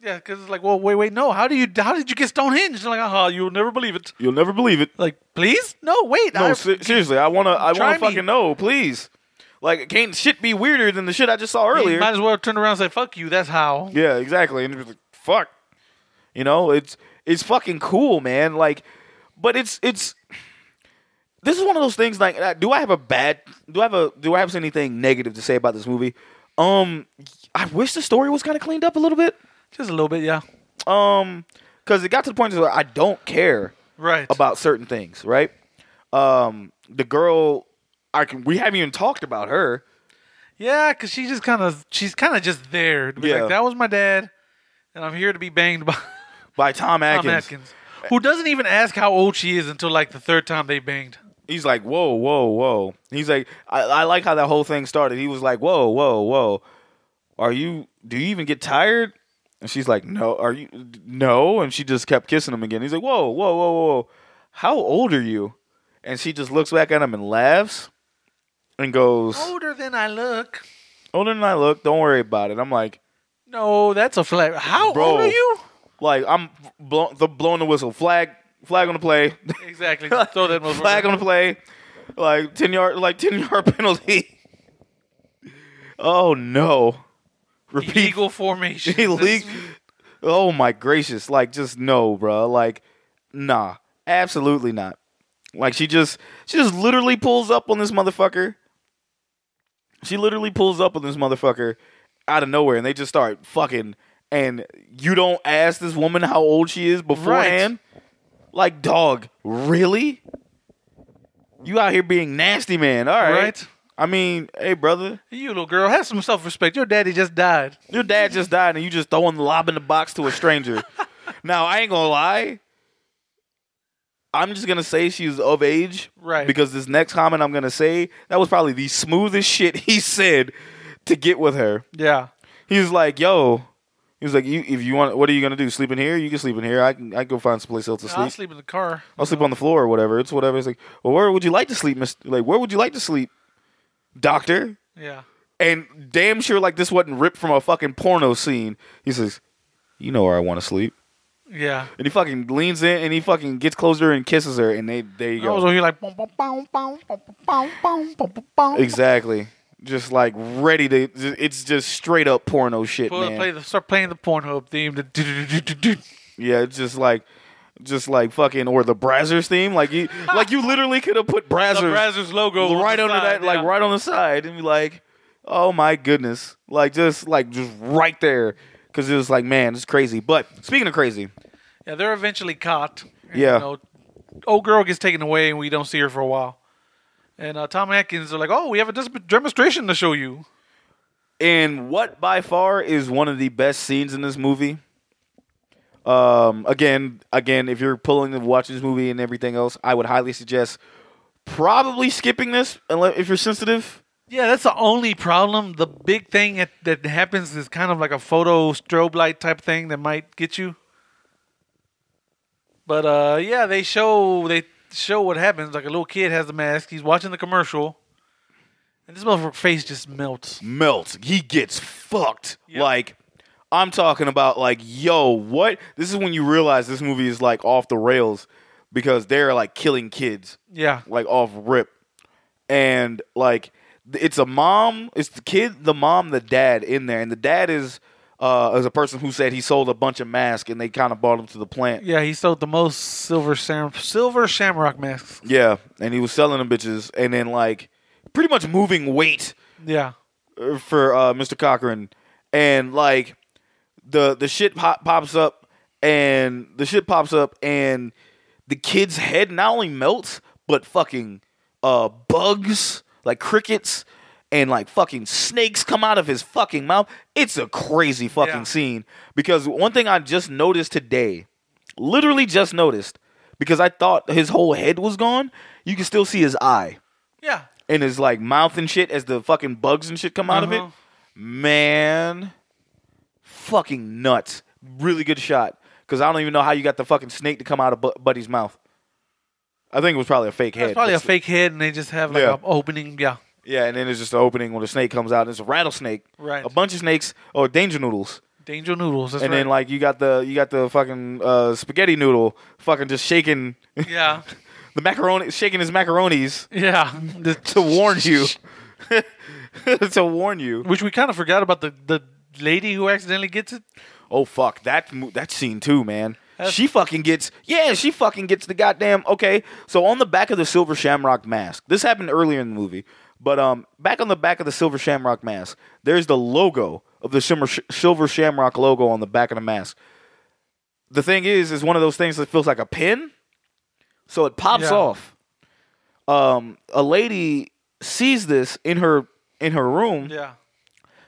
S4: Yeah, because it's like, well, wait, wait, no. How do you? How did you get Stonehenge? They're like, aha, you'll never believe it.
S3: You'll never believe it.
S4: Like, please, no, wait.
S3: No,
S4: I-
S3: se- seriously, I wanna, I
S4: Try
S3: wanna
S4: me.
S3: fucking know, please. Like, can't shit be weirder than the shit I just saw earlier?
S4: You might as well turn around and say, fuck you. That's how.
S3: Yeah, exactly. And it was like, fuck. You know, it's it's fucking cool, man. Like, but it's it's. This is one of those things. Like, uh, do I have a bad? Do I have a? Do I have anything negative to say about this movie? Um, I wish the story was kind of cleaned up a little bit.
S4: Just a little bit, yeah.
S3: Um, because it got to the point where I don't care
S4: Right.
S3: about certain things, right? Um, the girl, I can. We haven't even talked about her.
S4: Yeah, because she just kind of she's kind of just there. To be
S3: Yeah.
S4: like, that was my dad, and I'm here to be banged by
S3: By Tom
S4: Tom
S3: Atkins.
S4: Atkins, who doesn't even ask how old she is until like the third time they banged.
S3: He's like, whoa, whoa, whoa. He's like, I, I like how that whole thing started. He was like, whoa, whoa, whoa. Are you? Do you even get tired? And she's like, no. Are you? No. And she just kept kissing him again. He's like, whoa, whoa, whoa, whoa. How old are you? And she just looks back at him and laughs, and goes, "Oh,
S4: Older than I look.
S3: older than I look. Don't worry about it. I'm like,
S4: No, that's a flag. How
S3: Bro.
S4: old are you?
S3: like I'm blow, the blowing the whistle. Flag, flag on the play.
S4: Exactly. Just throw that motherfucker.
S3: flag on the play, like ten yard, like ten yard penalty. Oh no! Repeat
S4: Illegal formation.
S3: illegal.
S4: This-
S3: Oh my gracious! Like just no, bro. Like nah, absolutely not. Like she just she just literally pulls up on this motherfucker. She literally pulls up on this motherfucker out of nowhere, and they just start fucking. And you don't ask this woman how old she is beforehand. Like dog, really? You out here being nasty, man. All right.
S4: Right.
S3: I mean, hey, brother,
S4: You little girl, have some self respect. Your daddy just died.
S3: your dad just died, and you just throwing the lob in the box to a stranger. now I ain't gonna lie. I'm just gonna say she's of age,
S4: Right.
S3: Because this next comment I'm gonna say that was probably the smoothest shit he said to get with her.
S4: Yeah.
S3: He was like, "Yo," he was like, "You, if you want, what are you gonna do? Sleep in here? You can sleep in here. I can, I can go find someplace else to
S4: I'll
S3: sleep.
S4: sleep in the car.
S3: I'll sleep on the floor or whatever. It's whatever." It's like, "Well, where would you like to sleep, Miss? Like, where would you like to sleep, Doctor?"
S4: Yeah.
S3: and damn sure like this wasn't ripped from a fucking porno scene. He says, "You know where I want to sleep,"
S4: Yeah.
S3: and he fucking leans in and he fucking gets closer and kisses her, and they there you
S4: I was
S3: go,
S4: over here like, boom, boom, boom, boom, boom, boom, boom, boom, boom, boom.
S3: exactly, just like ready to. It's just straight up porno shit,
S4: Pull-
S3: man.
S4: play the, start playing the Pornhub theme. The do- do- do- do- do- do.
S3: Yeah, it's just like just like fucking or the Brazzers theme. Like you, like you literally could have put Brazzers,
S4: The Brazzers logo on
S3: right
S4: the
S3: under
S4: side,
S3: that, like
S4: yeah.
S3: right on the side, and be like, oh my goodness, like just like just right there, because it was like, man, it's crazy. But speaking of crazy,
S4: Yeah, they're eventually caught. And,
S3: Yeah.
S4: You know, old girl gets taken away, and we don't see her for a while. And uh, Tom Atkins are like, "Oh, we have a dis- demonstration to show you."
S3: in what by far is one of the best scenes in this movie. Um, again, again, if you're pulling and watching this movie and everything else, I would highly suggest probably skipping this unless if you're sensitive.
S4: Yeah, that's the only problem. The big thing that, that happens is kind of like a photo strobe light type thing that might get you. But uh, yeah, they show they show what happens. Like a little kid has the mask. He's watching the commercial, and this motherfucker's face just melts.
S3: melts. He gets fucked.
S4: Yep.
S3: Like I'm talking about like yo, what? This is when you realize this movie is like off the rails because they're like killing kids
S4: Yeah,
S3: like off rip. And like th- it's a mom, it's the kid, the mom, the dad in there and the dad is uh, is a person who said he sold a bunch of masks and they kind of bought him to the plant.
S4: yeah. He sold the most silver sam- silver shamrock masks.
S3: Yeah, and he was selling them bitches and then like pretty much moving weight
S4: Yeah,
S3: for uh, Mr. Cochran, and like the the shit pop, pops up, and the shit pops up, and the kid's head not only melts but fucking uh, bugs like crickets and like fucking snakes come out of his fucking mouth. It's a crazy fucking
S4: Yeah.
S3: scene because one thing I just noticed today, literally just noticed because I thought his whole head was gone. You can still see his eye
S4: yeah.
S3: and his like mouth and shit as the fucking bugs and shit come out of
S4: Uh-huh.
S3: it. Man, fucking nuts. Really good shot. Cause I don't even know how you got the fucking snake to come out of Bu- Buddy's mouth. I think it was probably a fake head.
S4: It's probably a
S3: It's-
S4: fake head, and they just have like
S3: Yeah.
S4: an opening. Yeah,
S3: Yeah, and then it's just an opening when the snake comes out. And it's a rattlesnake.
S4: Right.
S3: A bunch of snakes or danger noodles.
S4: danger noodles. That's
S3: and
S4: right.
S3: then like you got the you got the fucking uh, spaghetti noodle fucking just shaking
S4: yeah,
S3: the macaroni shaking his macaronis
S4: yeah. The-
S3: to warn you. to warn you.
S4: Which we kind of forgot about the the lady who accidentally gets it.
S3: Oh fuck that mo- that scene too, man.
S4: That's-
S3: she fucking gets yeah, she fucking gets the goddamn okay. So on the back of the silver shamrock mask, this happened earlier in the movie, but um, back on the back of the silver shamrock mask, there's the logo of the shimmer sh- silver shamrock logo on the back of the mask. The thing is, is one of those things that feels like a pin, so it pops
S4: Yeah.
S3: off. Um, a lady sees this in her in her room.
S4: Yeah.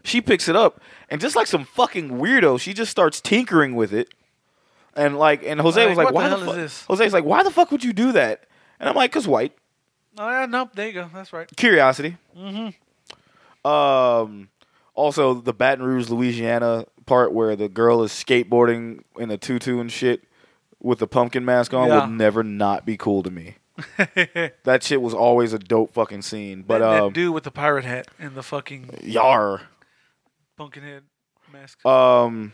S3: She picks it up, and just like some fucking weirdo, she just starts tinkering with it. And like, and Jose
S4: Like,
S3: was like,
S4: what
S3: "Why
S4: the
S3: the,
S4: hell is
S3: fuck?"
S4: this?
S3: Jose's like, "Why the fuck would you do that?" And I'm like, "Cause white
S4: Oh yeah. Nope. There you go. That's right.
S3: curiosity." Mm-hmm. Um. Also, the Baton Rouge, Louisiana part where the girl is skateboarding in a tutu and shit with the pumpkin mask on
S4: Yeah.
S3: would never not be cool to me.
S4: but
S3: That shit was always a dope fucking scene. But
S4: that
S3: um,
S4: dude with the pirate hat and the fucking
S3: yar.
S4: pumpkin head mask.
S3: Um,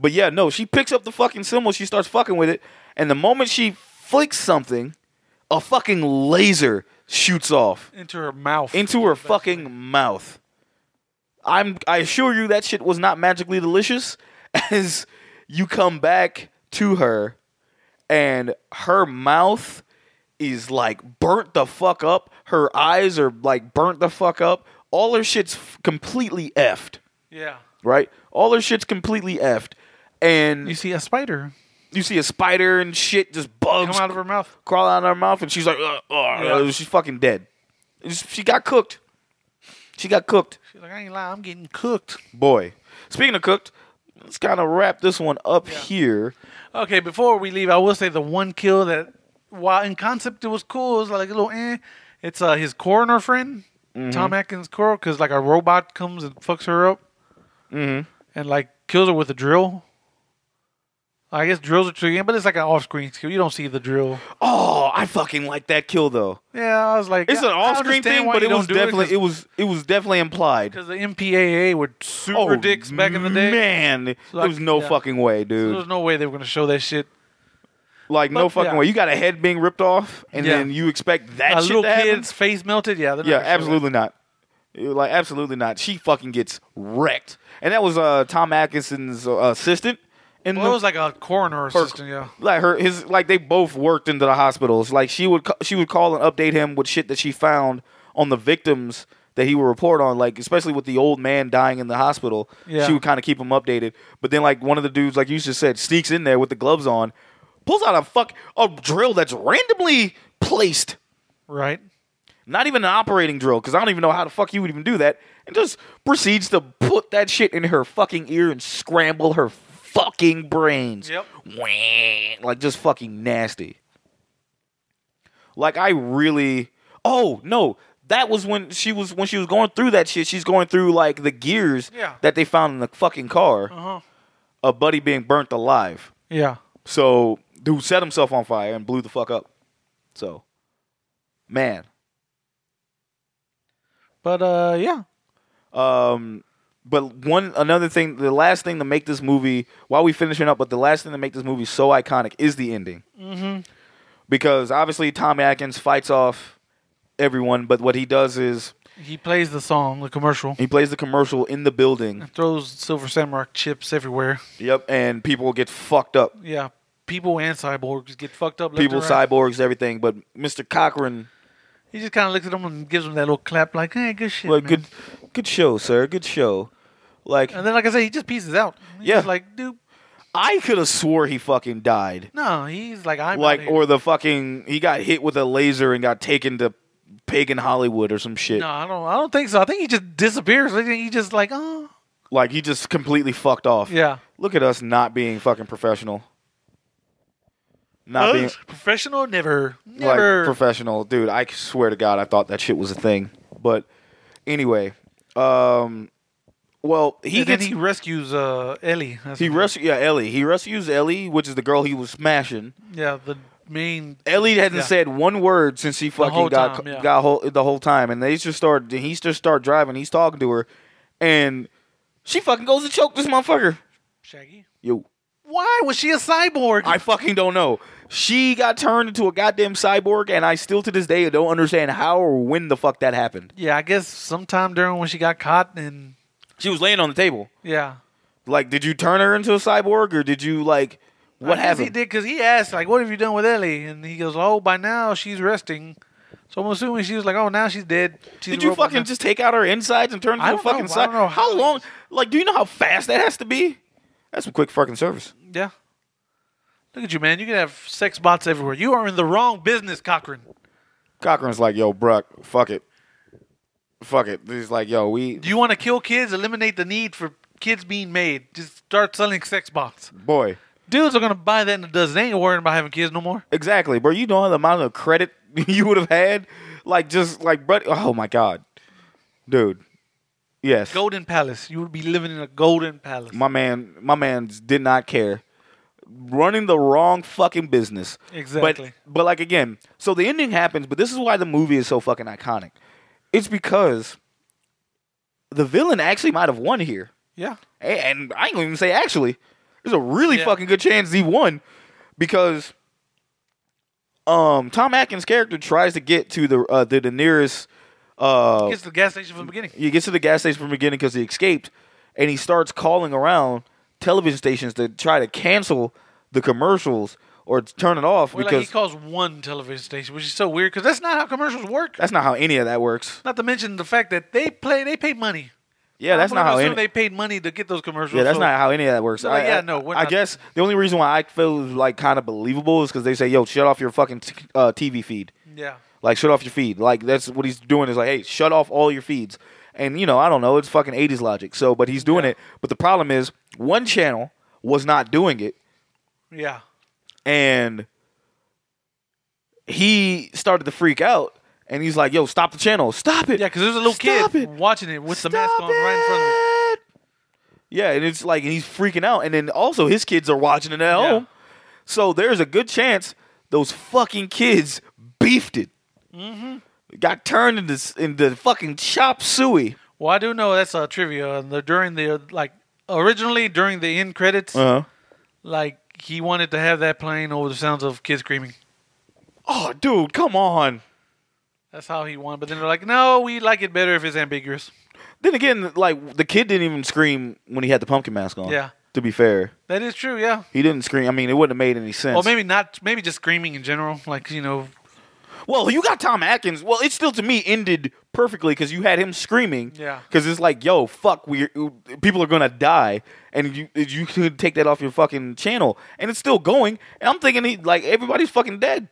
S3: but yeah, no, she picks up the fucking symbol. She starts fucking with it, and the moment she flicks something, a fucking laser shoots off
S4: into her mouth.
S3: into her fucking mouth. I'm I assure you that shit was not magically delicious. As you come back to her, and her mouth is like burnt the fuck up. Her eyes are like burnt the fuck up. All her shit's f- completely effed
S4: yeah.
S3: right? All her shit's completely effed. And
S4: You
S3: you,
S4: see a spider
S3: see a spider and shit just bugs
S4: come out of her mouth.
S3: crawl out of her mouth, and she's like, "Ugh, ugh,"
S4: Yeah.
S3: she's fucking dead. It's- She got cooked. She got cooked.
S4: She's like, I ain't lying. I'm getting cooked.
S3: Boy. Speaking of cooked, let's kind of wrap this one up here.
S4: Okay. Before we leave, I will say the one kill that, while in concept it was cool, it was like a little eh. It's uh his coroner friend,
S3: Mm-hmm.
S4: Tom Atkins' coral, because like a robot comes and fucks her up.
S3: Mm-hmm.
S4: and like kills her with a drill. I guess drills are true, but it's like an off-screen skill. You don't see the drill.
S3: Oh, I fucking like that kill though.
S4: Yeah, I was like,
S3: It's
S4: yeah,
S3: an
S4: I
S3: off-screen
S4: understand
S3: thing,
S4: why
S3: but
S4: you
S3: it
S4: don't
S3: was
S4: do
S3: definitely it,
S4: 'cause-
S3: was it was definitely implied.
S4: because the MPAA were super dicks back in the day.
S3: Oh, man, there
S4: like-
S3: was no
S4: yeah.
S3: fucking way,
S4: So
S3: dude.
S4: There's no way they were gonna show that shit.
S3: Like no
S4: But,
S3: fucking
S4: yeah.
S3: way. You got a head being ripped off, and
S4: Yeah.
S3: then you expect that
S4: a
S3: shit
S4: little
S3: to happen?
S4: kid's face melted. Yeah, they're not
S3: Yeah,
S4: gonna show that.
S3: absolutely not. Like absolutely not. She fucking gets wrecked, and that was uh, Tom Atkinson's uh, assistant, in
S4: Well, it
S3: the-
S4: was like a coroner
S3: her-
S4: assistant, yeah.
S3: Like her, his, like they both worked into the hospitals. Like she would, ca- she would call and update him with shit that she found on the victims that he would report on. Like especially with the old man dying in the hospital,
S4: Yeah.
S3: she would kind of keep him updated. But then like one of the dudes, like you just said, sneaks in there with the gloves on, pulls out a fuck a drill that's randomly placed,
S4: Right.
S3: not even an operating drill, because I don't even know how the fuck you would even do that, and just proceeds to put that shit in her fucking ear and scramble her fucking brains
S4: Yep.
S3: like just fucking nasty. Like I really Oh, no. That was when she was when she was going through that shit. She's going through like the gears
S4: Yeah.
S3: that they found in the fucking car.
S4: Uh-huh.
S3: A buddy being burnt alive.
S4: Yeah.
S3: So, dude set himself on fire and blew the fuck up. So, man,
S4: But uh yeah.
S3: Um, but one another thing, the last thing to make this movie, while we finishing up, but the last thing to make this movie so iconic is the ending. Mm-hmm. Because obviously Tommy Atkins fights off everyone, but what he does is
S4: He plays the song, the commercial.
S3: he plays the commercial in the building.
S4: Throws silver samurai chips everywhere.
S3: Yep, and people get fucked up.
S4: Yeah. People and cyborgs get fucked up. left
S3: People,
S4: and right.
S3: cyborgs, everything. But Mr. Cochran,
S4: He just kind of looks at them and gives them that little clap, like, "Hey, good shit,
S3: well,
S4: man."
S3: good, good show, sir. Good show. Like
S4: And then, like I said, he just pieces out. He's
S3: Yeah.
S4: just like, dude,
S3: I could have swore he fucking died.
S4: no, he's like, I'm
S3: like
S4: outta here.
S3: or the fucking he got hit with a laser and got taken to pagan Hollywood or some shit.
S4: no, I don't, I don't think so. I think he just disappears. I think He just like, oh,
S3: Like he just completely fucked off.
S4: yeah.
S3: Look at us not being fucking professional. Not being
S4: Us, professional, never,
S3: like
S4: never.
S3: professional, dude. I swear to God, I thought that shit was a thing. But anyway, um, well, he
S4: he
S3: gets
S4: he rescues uh Ellie. That's
S3: he
S4: what-
S3: rescues yeah Ellie. He rescues Ellie, which is the girl he was smashing.
S4: yeah, the main
S3: Ellie hadn't
S4: Yeah.
S3: said one word since he fucking
S4: whole
S3: got
S4: time, yeah.
S3: got whole, the whole time, and they just started. He just start driving. He's talking to her, and she fucking goes to choke this motherfucker.
S4: Shaggy.
S3: Yo,
S4: Why was she a cyborg?
S3: I fucking don't know. She got turned into a goddamn cyborg, and I still to this day don't understand how or when the fuck that happened.
S4: yeah, I guess sometime during when she got caught and
S3: She was laying on the table.
S4: yeah.
S3: Like, did you turn her into a cyborg, or did you like
S4: I
S3: what
S4: guess He
S3: happened?
S4: did because he asked like, "What have you done with Ellie?" And he goes, "Oh, by now she's resting." So I'm assuming she was like, "Oh, now she's dead." She's
S3: Did
S4: a
S3: you
S4: robot
S3: fucking
S4: now."
S3: just take out her insides and turn her
S4: I
S3: into a
S4: don't know.
S3: fucking
S4: I
S3: cyborg?
S4: don't know
S3: How
S4: how it
S3: long?
S4: is.
S3: Like, do you know how fast that has to be? That's some quick fucking service.
S4: Yeah. Look at you, man. You can have sex bots everywhere. You are in the wrong business, Cochran.
S3: Cochran's like, yo, Bruck, fuck it. Fuck it. He's like, yo, we
S4: Do you want to kill kids? Eliminate the need for kids being made. Just start selling sex bots.
S3: boy.
S4: Dudes are gonna buy that in a dozen. They ain't worrying about having kids no more.
S3: Exactly, bro. You know the amount of credit you would have had? Like just like but oh my god. Dude. Yes.
S4: Golden Palace. You would be living in a golden palace.
S3: My man my man did not care. Running the wrong fucking business.
S4: Exactly.
S3: But but like again, so the ending happens, but this is why the movie is so fucking iconic. It's because the villain actually might have won here.
S4: yeah.
S3: A- and I ain't gonna even say actually. There's a really
S4: Yeah.
S3: fucking good chance he won because um Tom Atkins' character tries to get to the uh, the, the nearest uh
S4: Gets to the gas station from the beginning.
S3: he gets to the gas station from the beginning because he escaped, and he starts calling around television stations to try to cancel the commercials or to turn it off
S4: Well, like
S3: because
S4: he calls one television station, which is so weird because that's not how commercials work.
S3: that's not how any of that works.
S4: Not to mention the fact that they play, they pay money.
S3: Yeah, that's
S4: I'm
S3: not
S4: gonna
S3: how
S4: assume
S3: any.
S4: they paid money to get those commercials.
S3: Yeah, that's
S4: so-
S3: not how any of that works.
S4: So, like,
S3: I,
S4: yeah,
S3: I-
S4: no, we're
S3: I
S4: not-
S3: guess the only reason why I feel like kind of believable is because they say, "Yo, shut off your fucking t- uh, TV feed.
S4: Yeah.
S3: Like, shut off your feed. Like, that's what he's doing is like, hey, shut off all your feeds." And you know, I don't know, it's fucking '80s logic. So, but he's doing it. But the problem is, one channel was not doing it,
S4: Yeah.
S3: and he started to freak out. And he's like, "Yo, stop the channel! Stop it!
S4: Yeah, because there's a little
S3: Stop
S4: kid
S3: it.
S4: watching it with the mask on right in front of him.
S3: front of Yeah, and it's like, and he's freaking out. And then also his kids are watching it at
S4: Yeah.
S3: home. So there's a good chance those fucking kids beefed it.
S4: Mm-hmm.
S3: Got turned into, s- into fucking chop suey.
S4: Well, I do know that's uh, trivia. The, during the uh, like originally during the end credits,
S3: Uh-huh.
S4: like he wanted to have that playing over the sounds of kids screaming.
S3: Oh, dude, come on.
S4: That's how he won. But then they're like, no, we like it better if it's ambiguous.
S3: Then again, like, the kid didn't even scream when he had the pumpkin mask on.
S4: Yeah.
S3: To be fair,
S4: That is true, yeah.
S3: he didn't scream. I mean, it wouldn't have made any sense.
S4: Well, maybe not. Maybe just screaming in general, like you know.
S3: Well, you got Tom Atkins. Well, it still to me ended perfectly because you had him screaming.
S4: Yeah.
S3: Because it's like, yo, fuck, we people are gonna die, and you you could take that off your fucking channel, and it's still going. And I'm thinking, he, like, everybody's fucking dead.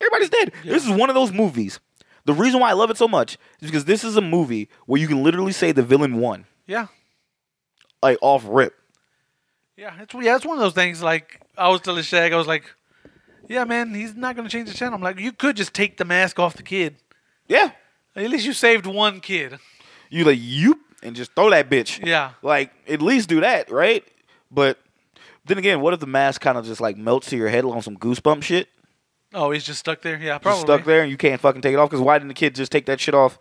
S3: Everybody's dead. This is one of those movies. The reason why I love it so much is because this is a movie where you can literally say the villain won,
S4: Yeah,
S3: like off rip.
S4: yeah. It's yeah. It's one of those things. Like I was telling Shag, I was like, "Yeah, man, he's not gonna change the channel." I'm like, "You could just take the mask off the kid.
S3: Yeah.
S4: At least you saved one kid."
S3: you like you and just throw that bitch.
S4: Yeah.
S3: Like at least do that, right? But then again, what if the mask kind of just like melts to your head on some goosebump shit?
S4: Oh, he's just stuck there. Yeah,
S3: Just
S4: probably
S3: stuck there and you can't fucking take it off because why didn't the kid just take that shit off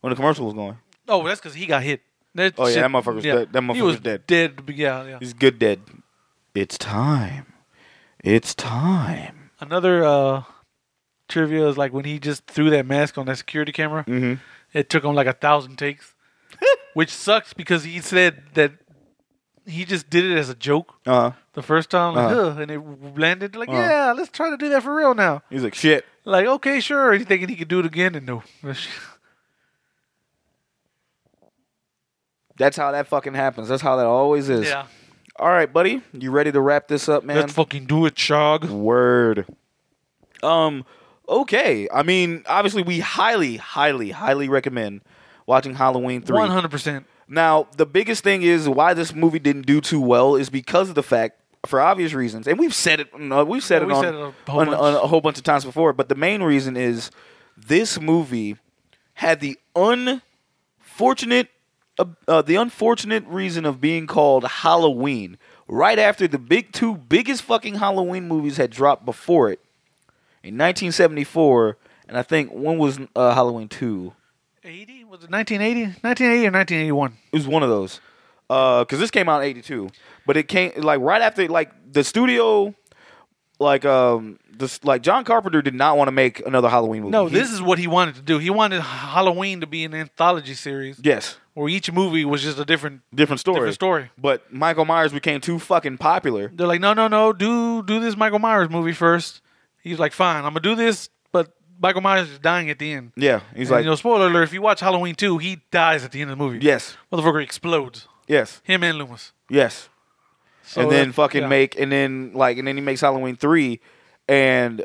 S3: when the commercial was going?
S4: Oh, that's because he got hit. That
S3: Oh, yeah,
S4: shit-
S3: that motherfucker's dead. That
S4: he
S3: motherfucker's
S4: was
S3: dead.
S4: Dead. Yeah, yeah.
S3: He's good dead. It's time. It's time.
S4: Another uh, trivia is like when he just threw that mask on that security camera,
S3: Mhm.
S4: it took him like a thousand takes, which sucks because he said that he just did it as a joke
S3: Uh huh.
S4: the first time, like,
S3: Uh-huh.
S4: "Huh," and it landed like,
S3: Uh-huh.
S4: yeah, let's try to do that for real now.
S3: He's like shit.
S4: Like, okay, sure. He's thinking he could do it again, and no.
S3: That's how that fucking happens. That's how that always is.
S4: yeah,
S3: All right, buddy. You ready to wrap this up, man?
S4: let's fucking do it, Chog.
S3: Word. Um. Okay. I mean, obviously, we highly, highly, highly recommend watching Halloween three.
S4: One hundred percent.
S3: Now, the biggest thing is why this movie didn't do too well is because of the fact, for obvious reasons, and we've said it. no, We've said it
S4: Yeah, we
S3: on,
S4: said it a whole
S3: on-
S4: bunch.
S3: on a whole bunch of times before. But the main reason is this movie had the unfortunate, uh, uh, the unfortunate reason of being called Halloween right after the big two biggest fucking Halloween movies had dropped before it in 1974, and I think when was uh, Halloween two?
S4: Eighty was it 1980? 1980 or nineteen eighty one?
S3: It was one of those. Because this came out in 82. But it came, like, right after, like, the studio, like, um, this, like, John Carpenter did not want to make another Halloween movie.
S4: No,
S3: He-
S4: this is what he wanted to do. He wanted Halloween to be an anthology series
S3: Yes.
S4: where each movie was just a different.
S3: Different story.
S4: Different story.
S3: But Michael Myers became too fucking popular.
S4: They're like, no, no, no, do do this Michael Myers movie first. He's like, fine, I'm gonna do this, but Michael Myers is dying at the end.
S3: Yeah. He's
S4: And,
S3: like,
S4: you know, spoiler alert: if you watch Halloween two, he dies at the end of the movie.
S3: yes,
S4: motherfucker explodes.
S3: yes,
S4: Him and Loomis.
S3: yes.
S4: So
S3: and then
S4: that-
S3: fucking
S4: yeah.
S3: make, and then, like, and then he makes Halloween 3. And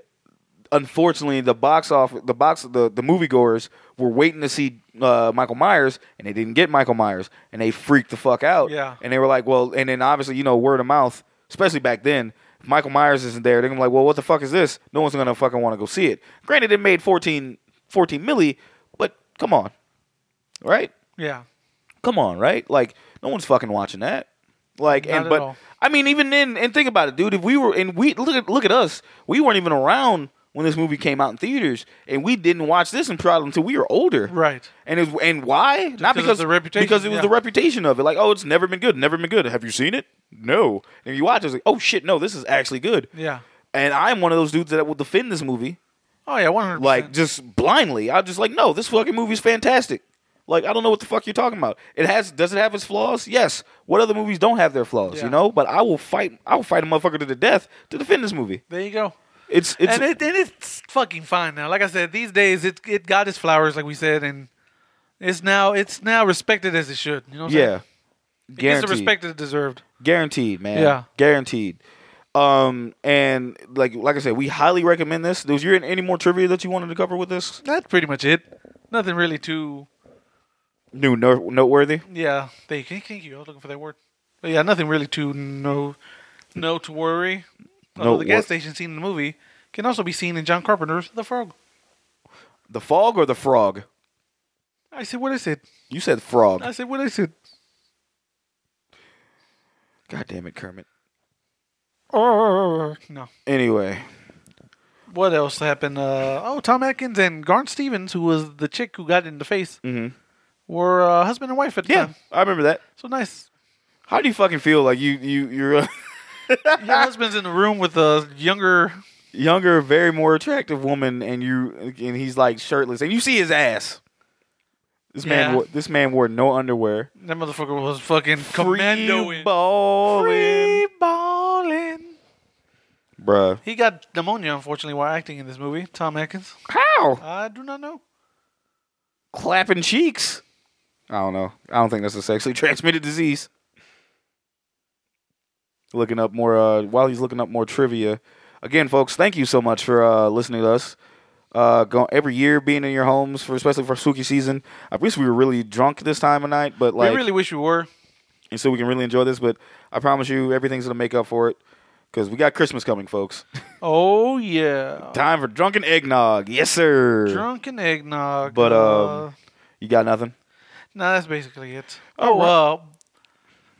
S3: unfortunately, the box off, the box, the, the moviegoers were waiting to see uh, Michael Myers, and they didn't get Michael Myers, and they freaked the fuck out.
S4: Yeah.
S3: And they were like, well, and then obviously, you know, word of mouth, especially back then, if Michael Myers isn't there, they're gonna be like, well, what the fuck is this? No one's gonna fucking want to go see it. Granted, it made 14, 14 milli, but come on, right?
S4: yeah,
S3: Come on, right? Like, no one's fucking watching that. Like,
S4: Not
S3: and
S4: at
S3: but
S4: all.
S3: I mean, even then, and think about it, dude. If we were and we look at look at us, we weren't even around when this movie came out in theaters, and we didn't watch this in probably until we were older,
S4: right.
S3: and it, and why? Not
S4: 'cause of
S3: because
S4: the reputation,
S3: Because it was
S4: yeah.
S3: the reputation of it. Like, oh, it's never been good. Never been good. Have you seen it? No. And you watch, it, it's like, oh shit, no, this is actually good.
S4: Yeah.
S3: And I'm one of those dudes that will defend this movie
S4: Oh yeah, one hundred.
S3: like just blindly. I just like, no, this fucking movie's fantastic. Like, I don't know what the fuck you're talking about. It has does it have its flaws? Yes. What other movies don't have their flaws?
S4: Yeah.
S3: You know, but I will fight. I will fight a motherfucker to the death to defend this movie.
S4: there you go.
S3: It's it's
S4: and, it, and it's fucking fine now. Like I said, these days it it got its flowers, like we said, and it's now it's now respected as it should. You know, what I'm
S3: yeah,
S4: saying? it's
S3: guaranteed,
S4: the respect it deserved.
S3: guaranteed, man,
S4: Yeah.
S3: guaranteed. Um, and like like I said, we highly recommend this. Was you any more trivia that you wanted to cover with this?
S4: That's pretty much it. Nothing really too.
S3: New no- noteworthy.
S4: Yeah, thank you. Thank you. I was looking for that word. But yeah, nothing really too no, no to worry. Although
S3: No
S4: the
S3: wor-
S4: gas station scene in the movie can also be seen in John Carpenter's The Frog.
S3: The fog or the frog?
S4: I said what I said.
S3: You said frog.
S4: I said what I said.
S3: God damn it, Kermit.
S4: Arr. No.
S3: Anyway,
S4: What else happened? Uh, oh, Tom Atkins and Garn Stevens, who was the chick who got in the face,
S3: Mhm.
S4: were uh, husband and wife at the
S3: yeah,
S4: time.
S3: I remember that.
S4: So nice.
S3: How do you fucking feel? Like you you you're a
S4: Your husband's in the room with a younger.
S3: younger, very more attractive woman, and you and he's like shirtless, and you see his ass. This
S4: Yeah.
S3: man, wo- this man wore no underwear.
S4: That motherfucker was fucking
S3: Free
S4: commandoing.
S3: balling,
S4: Free balling.
S3: bruh.
S4: He got pneumonia, unfortunately, while acting in this movie. Tom Atkins.
S3: How?
S4: I do not know.
S3: Clapping cheeks. I don't know. I don't think that's a sexually transmitted disease. Looking up more uh, while he's looking up more trivia. Again, folks, thank you so much for uh, listening to us. Uh, go, every year being in your homes for especially for Suki season. I wish we were really drunk this time of night, but like
S4: we really wish we were.
S3: and so we can really enjoy this. But I promise you, everything's gonna make up for it because we got Christmas coming, folks.
S4: Oh yeah.
S3: Time for drunken eggnog, yes sir.
S4: Drunken eggnog.
S3: But, um,
S4: uh,
S3: You got nothing?
S4: No, that's basically it.
S3: Oh,
S4: Oh,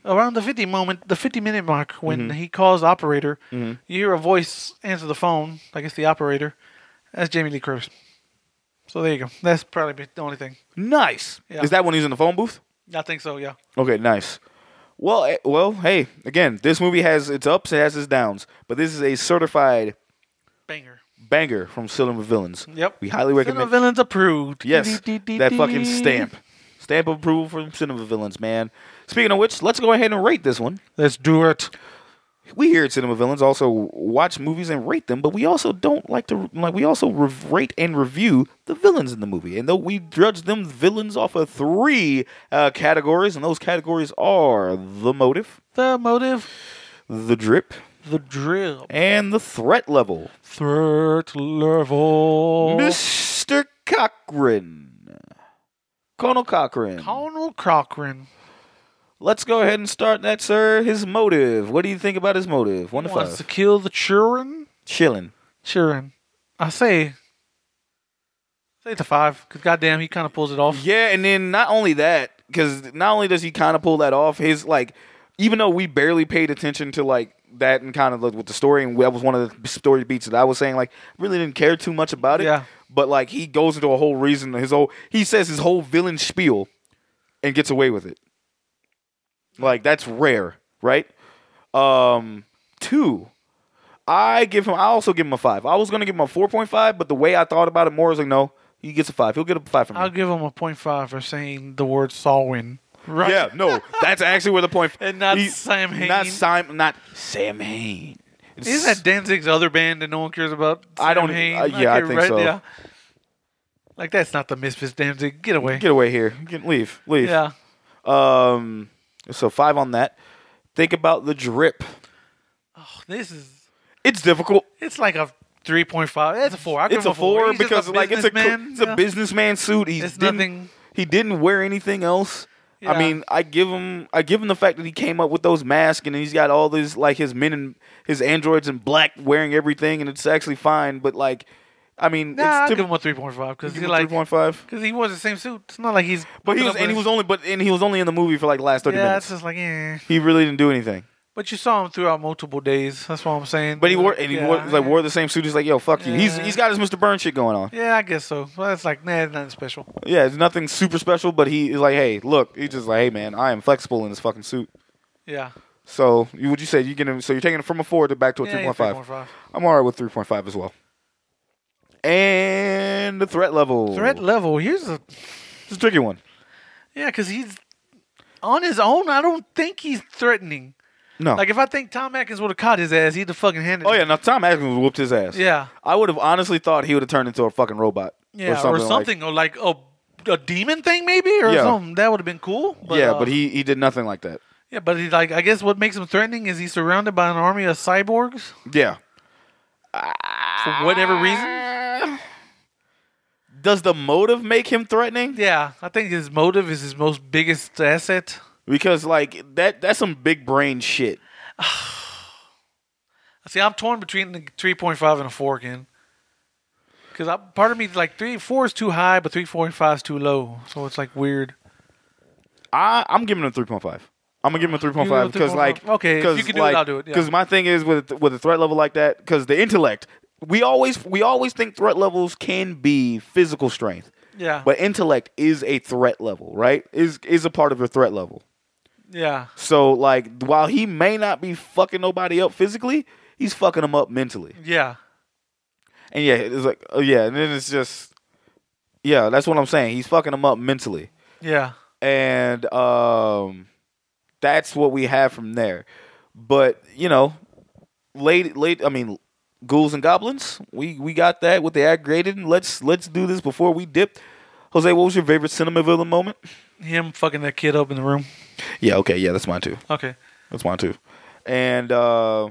S4: uh, around the 50 moment, the 50 minute mark, when
S3: Mm-hmm.
S4: he calls operator, you hear a voice answer the phone, like it's the operator. That's Jamie Lee Curtis. So there you go. That's probably the only thing.
S3: Nice.
S4: Yeah.
S3: Is that when he's in the phone booth?
S4: I think so, yeah.
S3: Okay, nice. Well, eh, well, hey, again, this movie has its ups, it has its downs, but this is a certified
S4: Banger.
S3: banger from Cinema Villains.
S4: Yep.
S3: We highly
S4: Cinema
S3: recommend.
S4: Villains approved.
S3: Yes,
S4: Dee-dee-dee-dee.
S3: that fucking stamp, stamp of approval from Cinema Villains, man. Speaking of which, let's go ahead and rate this one.
S4: Let's do it.
S3: we here at Cinema Villains also watch movies and rate them, but we also don't like to like we also re- rate and review the villains in the movie. And though we judge them villains off of three uh, categories, and those categories are the motive,
S4: The motive,
S3: the drip,
S4: the drill,
S3: and the threat level.
S4: third level.
S3: Mister Cochran, Conal Cochran.
S4: Conal Cochran.
S3: Let's go ahead and start that, sir. His motive. What do you think about his motive? One to
S4: Wants to
S3: five.
S4: kill the children.
S3: Chilling.
S4: cheering. I say, say to five because goddamn, he kind of pulls it off.
S3: Yeah, and then not only that, because not only does he kind of pull that off, his like, even though we barely paid attention to like that and kind of like with the story, and that was one of the story beats that I was saying, like, really didn't care too much about it.
S4: Yeah.
S3: But like, he goes into a whole reason, his whole he says his whole villain spiel, and gets away with it. Like that's rare, right? Um, two. I give him. I also give him a five. I was gonna give him a four point five, but the way I thought about it more, I was like, no, he gets a five. He'll get a five from me.
S4: I'll give him a point five for saying the word Salwin. Right.
S3: Yeah, no, that's actually where the point.
S4: And not Sam Hain.
S3: Not Sam. Not Sam Hain. It's-
S4: Isn't that Danzig's other band that no one cares about?
S3: I don't-
S4: Sam Hain?
S3: uh, yeah, I
S4: Okay,
S3: think so.
S4: Like that's not the Misfits Danzig. Get away.
S3: get away here. Get, leave. Leave.
S4: yeah.
S3: Um. So five on that. Think about the drip.
S4: Oh, this is.
S3: It's difficult.
S4: It's like a three point five. It's a four. I give
S3: It's
S4: him
S3: a four
S4: He's just
S3: because
S4: a
S3: like it's a co-
S4: businessman,
S3: it's a
S4: yeah.
S3: businessman suit. He
S4: It's
S3: didn't,
S4: nothing-
S3: He didn't wear anything else. I
S4: Yeah.
S3: mean, I give him I give him the fact that he came up with those masks and he's got all these like his men and his androids in black wearing everything and it's actually fine. But like, I mean,
S4: Nah, I'll
S3: it's
S4: give
S3: typical.
S4: him a three point five because
S3: Give
S4: he
S3: him
S4: like
S3: three point five.
S4: because he wore the same suit. It's not like he's.
S3: But he was,
S4: up
S3: and he
S4: a-
S3: was only, but and he was only in the movie for like the last thirty
S4: Yeah,
S3: minutes.
S4: it's just like eh.
S3: He really didn't do anything.
S4: But you saw him throughout multiple days. That's what I'm saying.
S3: But he wore, and he
S4: yeah.
S3: wore, like wore the same suit. He's like, yo, fuck you. He's
S4: Yeah.
S3: he's got his Mr. Burns shit going on.
S4: Yeah, I guess so. Well, it's like nah, it's nothing special.
S3: Yeah, it's nothing super special, but he is like, hey, look, he's just like, hey, man, I am flexible in this fucking suit.
S4: Yeah.
S3: So you would you say you get him? So you're taking it from a four to back to a
S4: Yeah,
S3: three
S4: he's
S3: point five. I'm alright with three point five as well. And the threat level.
S4: Threat level. Here's a
S3: It's a tricky one.
S4: yeah, because he's on his own. I don't think he's threatening.
S3: No.
S4: Like if I think Tom Atkins would have caught his ass, he'd have fucking handed.
S3: oh
S4: him.
S3: yeah, now Tom Atkins would whooped his ass.
S4: Yeah.
S3: I would have honestly thought he would have turned into a fucking robot.
S4: Yeah,
S3: Or something. like-
S4: or like a a demon thing maybe or
S3: Yeah.
S4: something. That would have been cool. But,
S3: yeah,
S4: uh,
S3: but he he did nothing like that.
S4: yeah, but he's like I guess what makes him threatening is he's surrounded by an army of cyborgs
S3: Yeah.
S4: for whatever reason.
S3: Does the motive make him threatening?
S4: Yeah, I think his motive is his most biggest asset.
S3: Because like that that's some big brain shit.
S4: See, I'm torn between the 3.5 and a 4 again. Because part of me is like, 3, 4 is too high, but 3.5 is too low. So it's like weird.
S3: I I'm giving him 3.5. I'm gonna give him a 3.5
S4: Give him a
S3: because like
S4: 3.5. Okay, if
S3: cause,
S4: you can do it,
S3: like,
S4: I'll do it, yeah.
S3: Because my thing is with with a threat level like that, because the intellect, we always we always think threat levels can be physical strength,
S4: Yeah.
S3: but intellect is a threat level, right? Is is a part of your threat level.
S4: yeah.
S3: So like while he may not be fucking nobody up physically, he's fucking them up mentally.
S4: Yeah.
S3: And yeah, it's like, oh yeah, and then it's just, yeah, that's what I'm saying. He's fucking him up mentally.
S4: Yeah.
S3: and um, that's what we have from there. But you know, late, late. I mean, ghouls and goblins. We we got that with the aggregated. Let's let's do this before we dip. Jose, what was your favorite cinema villain moment?
S4: Him fucking that kid up in the room.
S3: Yeah, okay, yeah, that's mine too.
S4: Okay.
S3: That's mine too. And uh,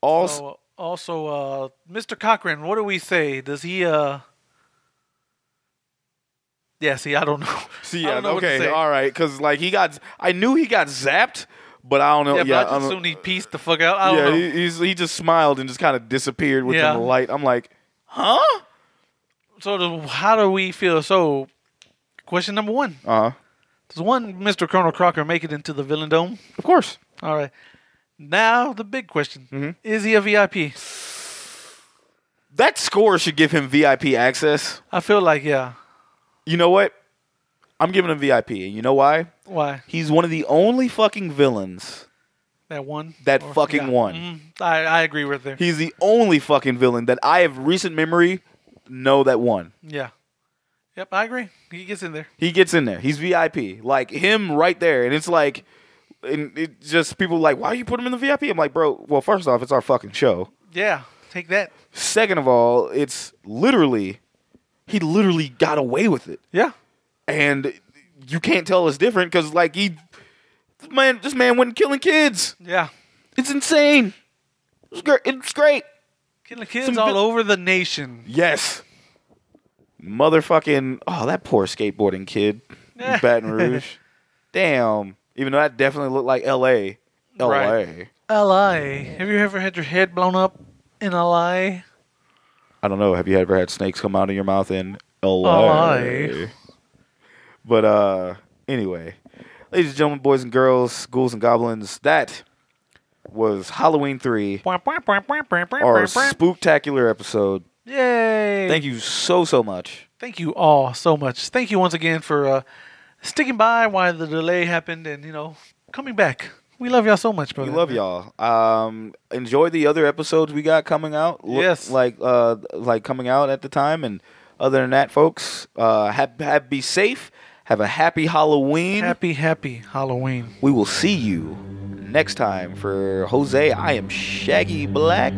S3: also,
S4: Also, also uh, Mr. Cochran, what do we say? Does he? uh Yeah. See, I don't know.
S3: see,
S4: I
S3: yeah,
S4: don't know what to
S3: okay,
S4: say.
S3: all right, because like he got, I knew he got zapped, but I don't know.
S4: Yeah,
S3: Yeah,
S4: but
S3: I
S4: I just
S3: don't-
S4: assumed he pieced the fuck out. I don't
S3: yeah,
S4: know.
S3: he, he's, he just smiled and just kind of disappeared within
S4: Yeah.
S3: the light. I'm like, huh?
S4: so, the- how do we feel? So, question number one:
S3: Uh huh.
S4: Does one Mr. Colonel Crocker make it into the villain dome?
S3: Of course.
S4: All right. Now the big question:
S3: Mm-hmm.
S4: Is he a VIP?
S3: That score should give him VIP access.
S4: I feel like yeah.
S3: You know what? I'm giving him VIP. And you know why?
S4: Why
S3: He's one of the only fucking villains.
S4: that one?
S3: That fucking one.
S4: Mhm. I I agree with there.
S3: He's the only fucking villain that I have recent memory know that won.
S4: yeah. Yep, I agree. He gets in there.
S3: He gets in there. He's VIP. Like him right there. And it's like and it just people like, why you put him in the VIP? I'm like, bro, well, first off, it's our fucking show.
S4: Yeah, take that.
S3: Second of all, it's literally he literally got away with it.
S4: Yeah.
S3: and you can't tell it's different because like he man this man went killing kids
S4: Yeah.
S3: it's insane it's great it's great
S4: Killing kids
S3: Some
S4: all
S3: vi-
S4: over the nation.
S3: yes motherfucking oh that poor skateboarding kid in baton rouge damn even though that definitely looked like la la
S4: Right. LA. Have you ever had your head blown up in LA?
S3: i don't know have you ever had snakes come out of your mouth in la
S4: LA.
S3: but uh anyway ladies and gentlemen boys and girls ghouls and goblins that was halloween 3 our spooktacular episode.
S4: Yay.
S3: Thank you so so much.
S4: Thank you all so much. Thank you once again for uh, sticking by while the delay happened and, you know, coming back. We love y'all so much,
S3: We
S4: brother.
S3: love y'all. Um, enjoy the other episodes we got coming out. Look-
S4: Yes.
S3: like uh, like coming out at the time. And other than that, folks, uh, have, have be safe. Have a happy Halloween.
S4: Happy, happy Halloween.
S3: We will see you next time for Jose. I am Shaggy Black.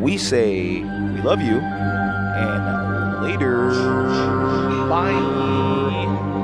S3: We say we love you and later.
S4: Bye.